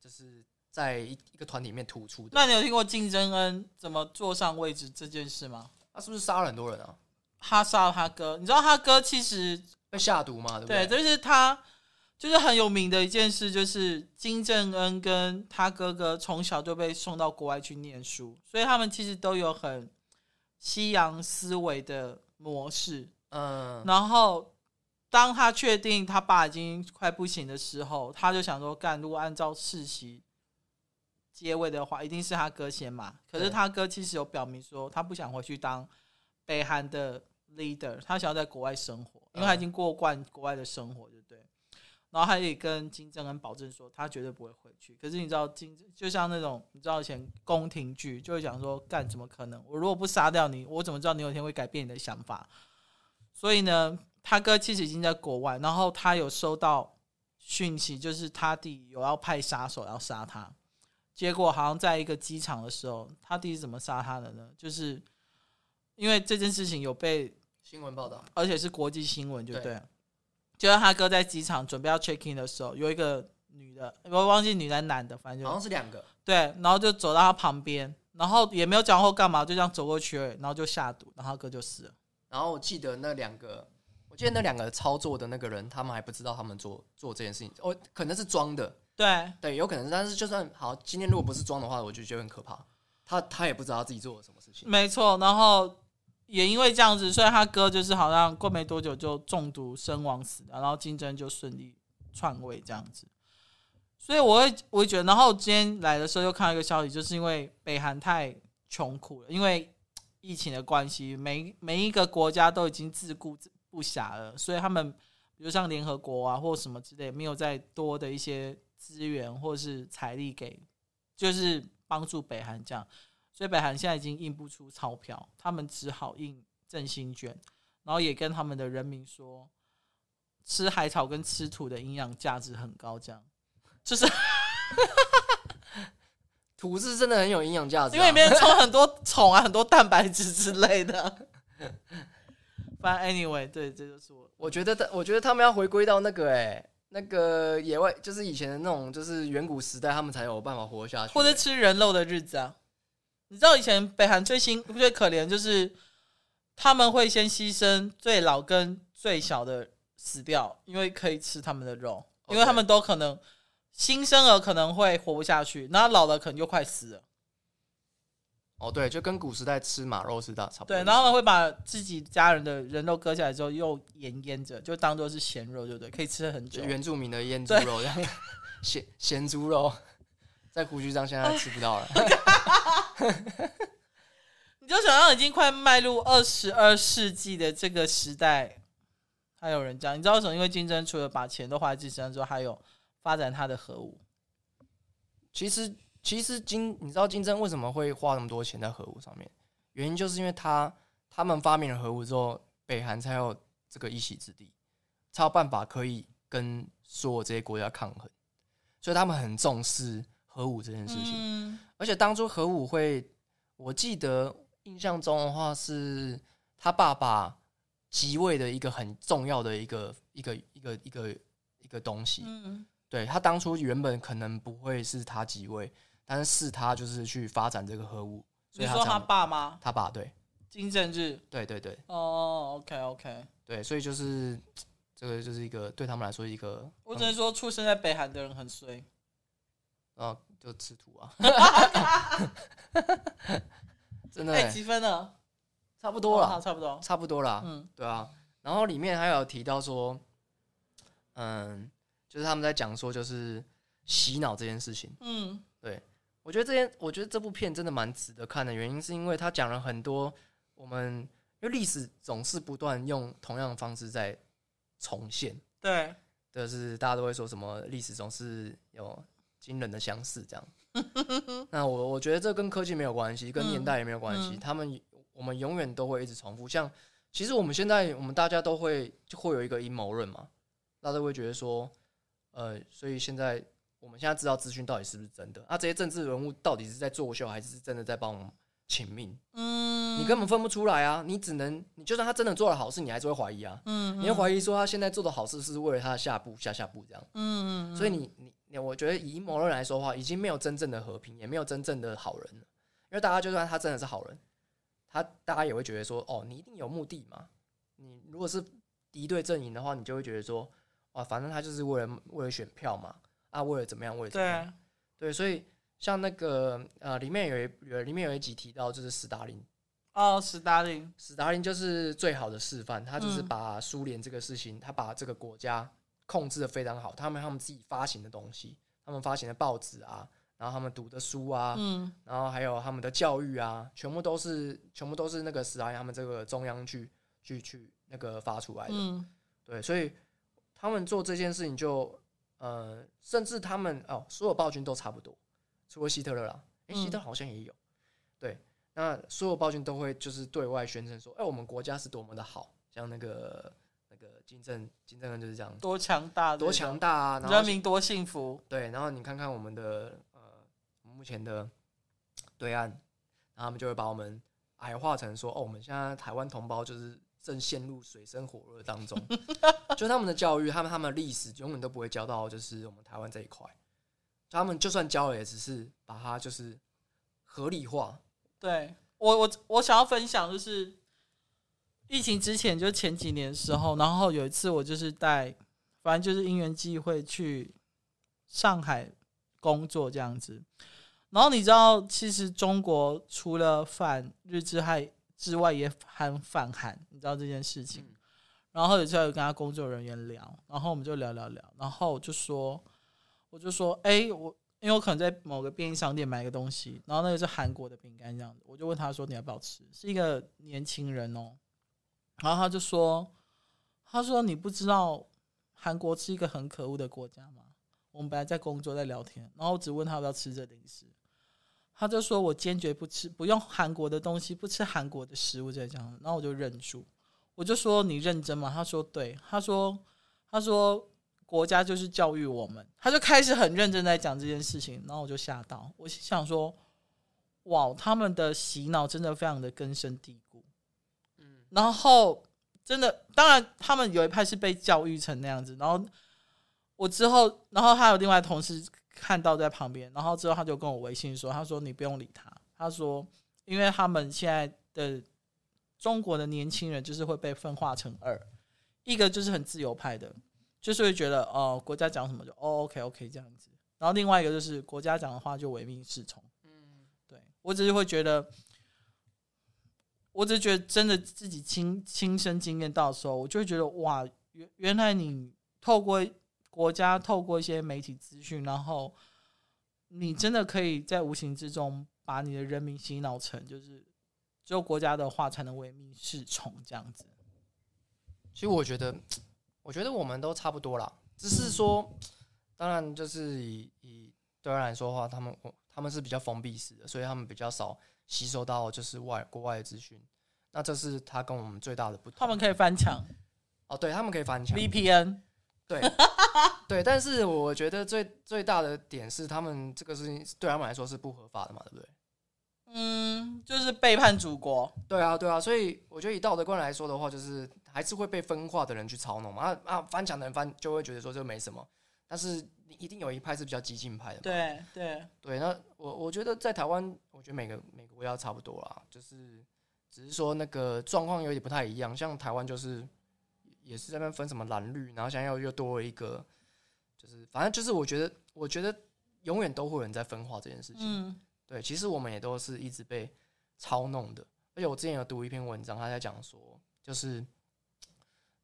Speaker 2: 就是在一一个团体里面突出的。
Speaker 1: 那你有听过金正恩怎么坐上位置这件事吗？
Speaker 2: 他是不是杀了很多人啊？
Speaker 1: 他杀了他哥，你知道他哥其实
Speaker 2: 被下毒嘛，对不
Speaker 1: 对，
Speaker 2: 对？
Speaker 1: 就是他就是很有名的一件事，就是金正恩跟他哥哥从小就被送到国外去念书，所以他们其实都有很西洋思维的模式。
Speaker 2: 嗯，
Speaker 1: 然后当他确定他爸已经快不行的时候，他就想说，干，如果按照世袭接位的话，一定是他哥先嘛。可是
Speaker 2: 对
Speaker 1: 他哥其实有表明说，他不想回去当北韩的 leader，他想要在国外生活，因为他已经过惯国外的生活，对不对？然后他也跟金正恩保证说，他绝对不会回去。可是你知道金，就像那种你知道以前宫廷剧就会讲说，干怎么可能？我如果不杀掉你，我怎么知道你有一天会改变你的想法？所以呢，他哥其实已经在国外，然后他有收到讯息，就是他弟有要派杀手要杀他。结果好像在一个机场的时候，他弟是怎么杀他的呢？就是因为这件事情有被
Speaker 2: 新闻报道，
Speaker 1: 而且是国际新闻，就对
Speaker 2: 对
Speaker 1: 了。就是他哥在机场准备要 check in 的时候，有一个女的，我忘记女的男的，反正就
Speaker 2: 好像是两个。
Speaker 1: 对，然后就走到他旁边，然后也没有讲或干嘛，就这样走过去而已，然后就下毒，然后他哥就死了。
Speaker 2: 然后我记得那两个，我记得那两个操作的那个人，他们还不知道他们做做这件事情，哦，可能是装的，
Speaker 1: 对，
Speaker 2: 对，有可能是。但是就算好，今天如果不是装的话，我就觉得很可怕。他他也不知道他自己做了什么事情。
Speaker 1: 没错，然后也因为这样子，所以他哥就是好像过没多久就中毒身亡死了，然后金正恩就顺利篡位这样子。所以我会我会觉得，然后今天来的时候又看到一个消息，就是因为北韩太穷苦了，因为疫情的关系，每每一个国家都已经自顾自不暇了，所以他们比如像联合国啊或什么之类，没有再多的一些资源或是财力给，就是帮助北韩这样。所以北韩现在已经印不出钞票，他们只好印振兴券，然后也跟他们的人民说，吃海草跟吃土的营养价值很高，这样就是
Speaker 2: 土是真的很有营养价值、啊，
Speaker 1: 因为里面充很多虫啊，很多蛋白质之类的。 [LAUGHS] 反正 anyway，对，这就是我
Speaker 2: 我觉得他，我觉得他们要回归到那个哎、那个野外，就是以前的那种，就是远古时代，他们才有办法活下去。
Speaker 1: 或者吃人肉的日子啊。你知道以前北韩最辛最可怜就是他们会先牺牲最老跟最小的死掉，因为可以吃他们的肉，因为
Speaker 2: OK
Speaker 1: 他们都可能新生儿可能会活不下去，然后老了可能就快死了。
Speaker 2: 哦，对，就跟古时代吃马肉是大差不多。
Speaker 1: 对，然后呢会把自己家人的人肉割下来之后，又盐腌着，就当做是咸肉，对不对？可以吃很久
Speaker 2: 就。原住民的腌猪肉这样， [LAUGHS] 咸咸猪肉， [LAUGHS] 在胡须章现在吃不到了。
Speaker 1: 你就想到已经快迈入二十二世纪的这个时代，还有人这样，你知道为什么？因为竞争除了把钱都花在自己身上之后，还有发展它的核武。
Speaker 2: 其实其实金，你知道金正为什么会花那么多钱在核武上面？原因就是因为他他们发明了核武之后，北韩才有这个一席之地，才有办法可以跟所有这些国家抗衡，所以他们很重视核武这件事情。
Speaker 1: 嗯，
Speaker 2: 而且当初核武会，我记得印象中的话是他爸爸即位的一个很重要的一个一个一个一个一个东西。
Speaker 1: 嗯，
Speaker 2: 对他当初原本可能不会是他即位，但是是他就是去发展这个核武，所
Speaker 1: 你
Speaker 2: 以他
Speaker 1: 说
Speaker 2: 才
Speaker 1: 他爸妈
Speaker 2: 他爸对
Speaker 1: 金正日？
Speaker 2: 对对对
Speaker 1: 哦，OK OK，
Speaker 2: 对，所以就是这个就是一个对他们来说一个
Speaker 1: 我只能说出生在北韩的人很衰。
Speaker 2: 嗯啊就吃土啊， [LAUGHS] 真的、
Speaker 1: 哎、
Speaker 2: 欸、
Speaker 1: 几分了？
Speaker 2: 差不多
Speaker 1: 哦好
Speaker 2: 了，
Speaker 1: 差不多。
Speaker 2: 差不多啦。
Speaker 1: 嗯
Speaker 2: 对啊，然后里面还有提到说，嗯，就是他们在讲说就是洗脑这件事情。
Speaker 1: 嗯，
Speaker 2: 我觉得这件，我觉得这部片真的蛮值得看的，原因是因为它讲了很多我们，因为历史总是不断用同样的方式在重现，
Speaker 1: 对，
Speaker 2: 就是大家都会说什么历史总是有惊人的相似这样。那我我觉得这跟科技没有关系，跟年代也没有关系，
Speaker 1: 嗯
Speaker 2: 他们我们永远都会一直重复。像其实我们现在我们大家都会就会有一个阴谋论嘛，大家都会觉得说，呃，所以现在我们现在知道资讯到底是不是真的，那、啊这些政治人物到底是在作秀，还是真的在帮我们请命？
Speaker 1: 嗯，
Speaker 2: 你根本分不出来啊！你只能你就算他真的做了好事，你还是会怀疑啊，
Speaker 1: 嗯，嗯
Speaker 2: 你会怀疑说他现在做的好事是为了他的下步下下步这样。
Speaker 1: 嗯，嗯
Speaker 2: 所以你你你，我觉得以阴谋论来说的话，已经没有真正的和平，也没有真正的好人了。因为大家就算他真的是好人，他大家也会觉得说，哦，你一定有目的嘛。你如果是敌对阵营的话，你就会觉得说，哦，反正他就是为了为了选票嘛，啊，为了怎么样，为了怎么样。
Speaker 1: 对，啊
Speaker 2: 对，所以像那个呃，里面有一有里面有一集提到，就是斯大林，
Speaker 1: 哦，斯大林，
Speaker 2: 斯大林就是最好的示范，他就是
Speaker 1: 嗯
Speaker 2: 把苏联这个事情，他把这个国家控制的非常好。他们他们自己发行的东西，他们发行的报纸啊，然后他们读的书啊，
Speaker 1: 嗯
Speaker 2: 然后还有他们的教育啊，全部都是全部都是那个斯大林他们这个中央去去去那个发出来的。
Speaker 1: 嗯
Speaker 2: 对，所以他们做这件事情就呃，甚至他们哦，所有暴君都差不多，除了希特勒啦，诶，希特勒好像也有，对，那所有暴君都会就是对外宣称说，哎、我们国家是多么的好，像那个那个金正金正恩就是这样，
Speaker 1: 多强大，
Speaker 2: 多强大啊，然
Speaker 1: 人
Speaker 2: 后
Speaker 1: 民多幸福，
Speaker 2: 对，然后你看看我们的呃目前的对岸，然后他们就会把我们矮化成说，哦，我们现在台湾同胞就是正陷入水深火热当中， [LAUGHS] 就他们的教育，他们他们的历史永远都不会教到，就是我们台湾这一块，他们就算教了，也只是把它就是合理化，
Speaker 1: 对我，我我想要分享就是疫情之前，就前几年的时候，然后有一次我就是带，反正就是因缘际会去上海工作这样子。然后你知道，其实中国除了反日之害之外，也含反韩，你知道这件事情。
Speaker 2: 嗯
Speaker 1: 然后有时候有跟他工作人员聊，然后我们就聊聊聊，然后我就说，我就说，哎，我因为我可能在某个便利商店买个东西，然后那个是韩国的饼干这样子，我就问他说你要不要吃？是一个年轻人哦，然后他就说，他说你不知道韩国是一个很可恶的国家吗？我们本来在工作在聊天，然后我只问他要不要吃这零食，他就说我坚决不吃，不用韩国的东西，不吃韩国的食物这样，然后我就忍住，我就说你认真吗？他说对，他说他说国家就是教育我们，他就开始很认真在讲这件事情，然后我就吓到，我心想说，哇，他们的洗脑真的非常的根深蒂固，
Speaker 2: 嗯，
Speaker 1: 然后真的，当然他们有一派是被教育成那样子，然后我之后，然后还有另外同事看到在旁边，然后之后他就跟我微信说，他说你不用理他，他说因为他们现在的中国的年轻人就是会被分化成二，一个就是很自由派的，就是会觉得哦国家讲什么就哦 OK OK 这样子，然后另外一个就是国家讲的话就唯命是从。
Speaker 2: 嗯，
Speaker 1: 对我只是会觉得，我只是觉得真的自己亲亲身经验到的时候，我就会觉得哇，原原来你透过国家，透过一些媒体资讯，然后你真的可以在无形之中把你的人民洗脑成就是只有国家的话才能唯命是从这样子。
Speaker 2: 其实我觉得，我觉得我们都差不多啦，只
Speaker 1: 嗯
Speaker 2: 是说，当然就是以以对外来说的话，他们我他们是比较封闭式的，所以他们比较少吸收到就是外国外的资讯。那这是他跟我们最大的不同。
Speaker 1: 他们可以翻墙
Speaker 2: 哦，对他们可以翻墙，
Speaker 1: VPN，
Speaker 2: 对对，但是我觉得最最大的点是，他们这个事情对他们来说是不合法的嘛，对不对？
Speaker 1: 嗯，就是背叛祖国。
Speaker 2: 对啊，对啊，所以我觉得以道德观来说的话，就是还是会被分化的人去操弄嘛。啊啊，翻墙的人翻就会觉得说这没什么，但是你一定有一派是比较激进派的嘛。
Speaker 1: 对对，
Speaker 2: 对，那我我觉得在台湾，我觉得每个每个国家差不多啦，就是只是说那个状况有点不太一样。像台湾就是也是在那边分什么蓝绿，然后现在又又多了一个，就是反正就是我觉得我觉得永远都会有人在分化这件事情。
Speaker 1: 嗯
Speaker 2: 对，其实我们也都是一直被操弄的。而且我之前有读一篇文章，他在讲说，就是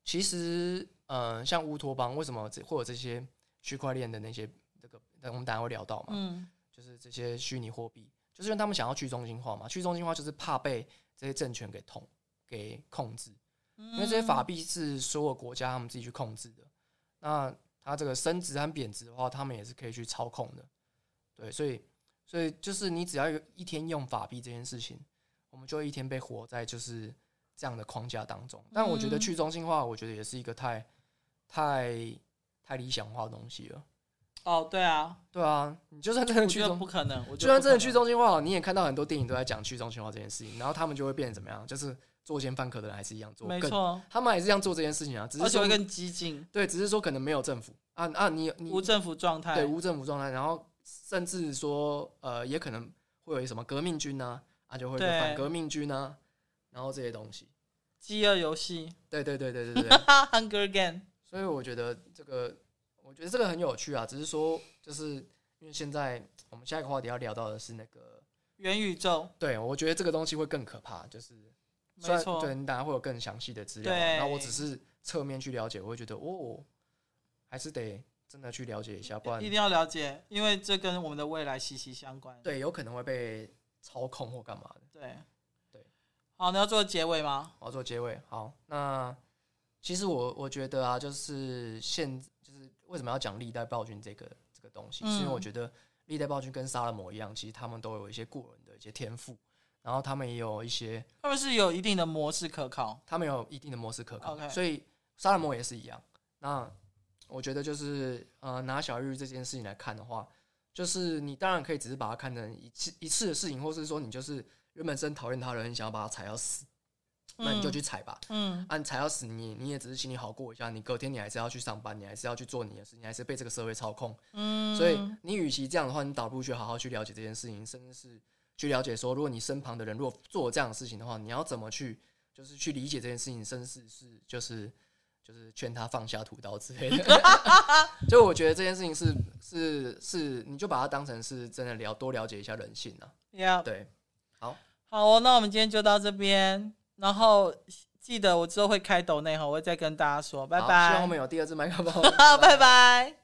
Speaker 2: 其实，嗯、像乌托邦为什么这会有这些区块链的那些这个，我们等一下会聊到嘛，
Speaker 1: 嗯，
Speaker 2: 就是这些虚拟货币，就是因为他们想要去中心化嘛，去中心化就是怕被这些政权给统给控制，因
Speaker 1: 因
Speaker 2: 为这些法币是所有国家他们自己去控制的。那它这个升值和贬值的话，他们也是可以去操控的。对，所以所以就是你只要有一天用法币这件事情，我们就会一天被活在就是这样的框架当中。但我觉得
Speaker 1: 嗯
Speaker 2: 去中心化，我觉得也是一个太太太理想化的东西了。
Speaker 1: 哦，对啊，
Speaker 2: 对啊，你就算真的
Speaker 1: 我
Speaker 2: 去
Speaker 1: 觉得
Speaker 2: 中
Speaker 1: 不可能，我觉得
Speaker 2: 就算
Speaker 1: 不
Speaker 2: 真的
Speaker 1: 可
Speaker 2: 去
Speaker 1: 能
Speaker 2: 中心化，你也看到很多电影都在讲去中心化这件事情，然后他们就会变成怎么样？就是作奸犯科的人还是一样做，
Speaker 1: 没
Speaker 2: 更
Speaker 1: 错，
Speaker 2: 他们还是一样做这件事情啊，只
Speaker 1: 而
Speaker 2: 是
Speaker 1: 且
Speaker 2: 说
Speaker 1: 会更激进，
Speaker 2: 对，只是说可能没有政府啊啊，你你
Speaker 1: 无政哎府状态，
Speaker 2: 对无政府状态，然后甚至说呃，也可能会有什么革命军呐、啊，就会有
Speaker 1: 对
Speaker 2: 反革命军呐、然后这些东西，
Speaker 1: 饥饿游戏，
Speaker 2: 对对对对对对 [LAUGHS] 对，
Speaker 1: 哈，Hunger Game，
Speaker 2: 所以我觉得这个，我觉得这个很有趣啊，只是说就是因为现在我们下一个话题要聊到的是那个。
Speaker 1: 元宇宙，
Speaker 2: 对，我觉得这个东西会更可怕，就是
Speaker 1: 没
Speaker 2: 虽然
Speaker 1: 错
Speaker 2: 对，你当然会有更详细的资料嘛，
Speaker 1: 对
Speaker 2: 然后我只是侧面去了解，我会觉得哦，还是得真的去了解一下，不
Speaker 1: 一定
Speaker 2: 然
Speaker 1: 要了解，因为这跟我们的未来息息相关。
Speaker 2: 对有可能会被操控或干嘛的。
Speaker 1: 对
Speaker 2: 对
Speaker 1: 好，你要做结尾吗？
Speaker 2: 我要做结尾，好，那其实我我觉得啊，就是现就是为什么要讲历代暴君这个这个东西，是因为
Speaker 1: 嗯
Speaker 2: 我觉得历代暴君跟萨勒摩一样，其实他们都有一些过人的一些天赋，然后他们也有一些
Speaker 1: 他们是有一定的模式可靠，
Speaker 2: 他们有一定的模式可靠
Speaker 1: OK
Speaker 2: 所以萨拉摩也是一样。那我觉得就是呃，拿小日这件事情来看的话，就是你当然可以只是把它看成一次一次的事情，或是说你就是原本真讨厌他的人，你想要把他踩到死，那你就去踩吧。
Speaker 1: 嗯，
Speaker 2: 啊，你踩到死你，你也只是心里好过一下，你隔天你还是要去上班，你还是要去做你的事，你还是被这个社会操控。
Speaker 1: 嗯嗯，
Speaker 2: 所以你与其这样的话，你倒不如去好好去了解这件事情，甚至是去了解说，如果你身旁的人如果做这样的事情的话，你要怎么去就是去理解这件事情，甚至是就是就是劝他放下屠刀之类
Speaker 1: [LAUGHS]
Speaker 2: 的。就我觉得这件事情是是是，你就把它当成是真的了多了解一下人性啊。
Speaker 1: Yeah，
Speaker 2: 对，
Speaker 1: 好哦，那我们今天就到这边，然后记得我之后会开抖内哈，我会再跟大家说，拜
Speaker 2: 好希望我
Speaker 1: 拜
Speaker 2: 们，有第二支麦克风
Speaker 1: [LAUGHS]。
Speaker 2: [LAUGHS]
Speaker 1: 拜拜。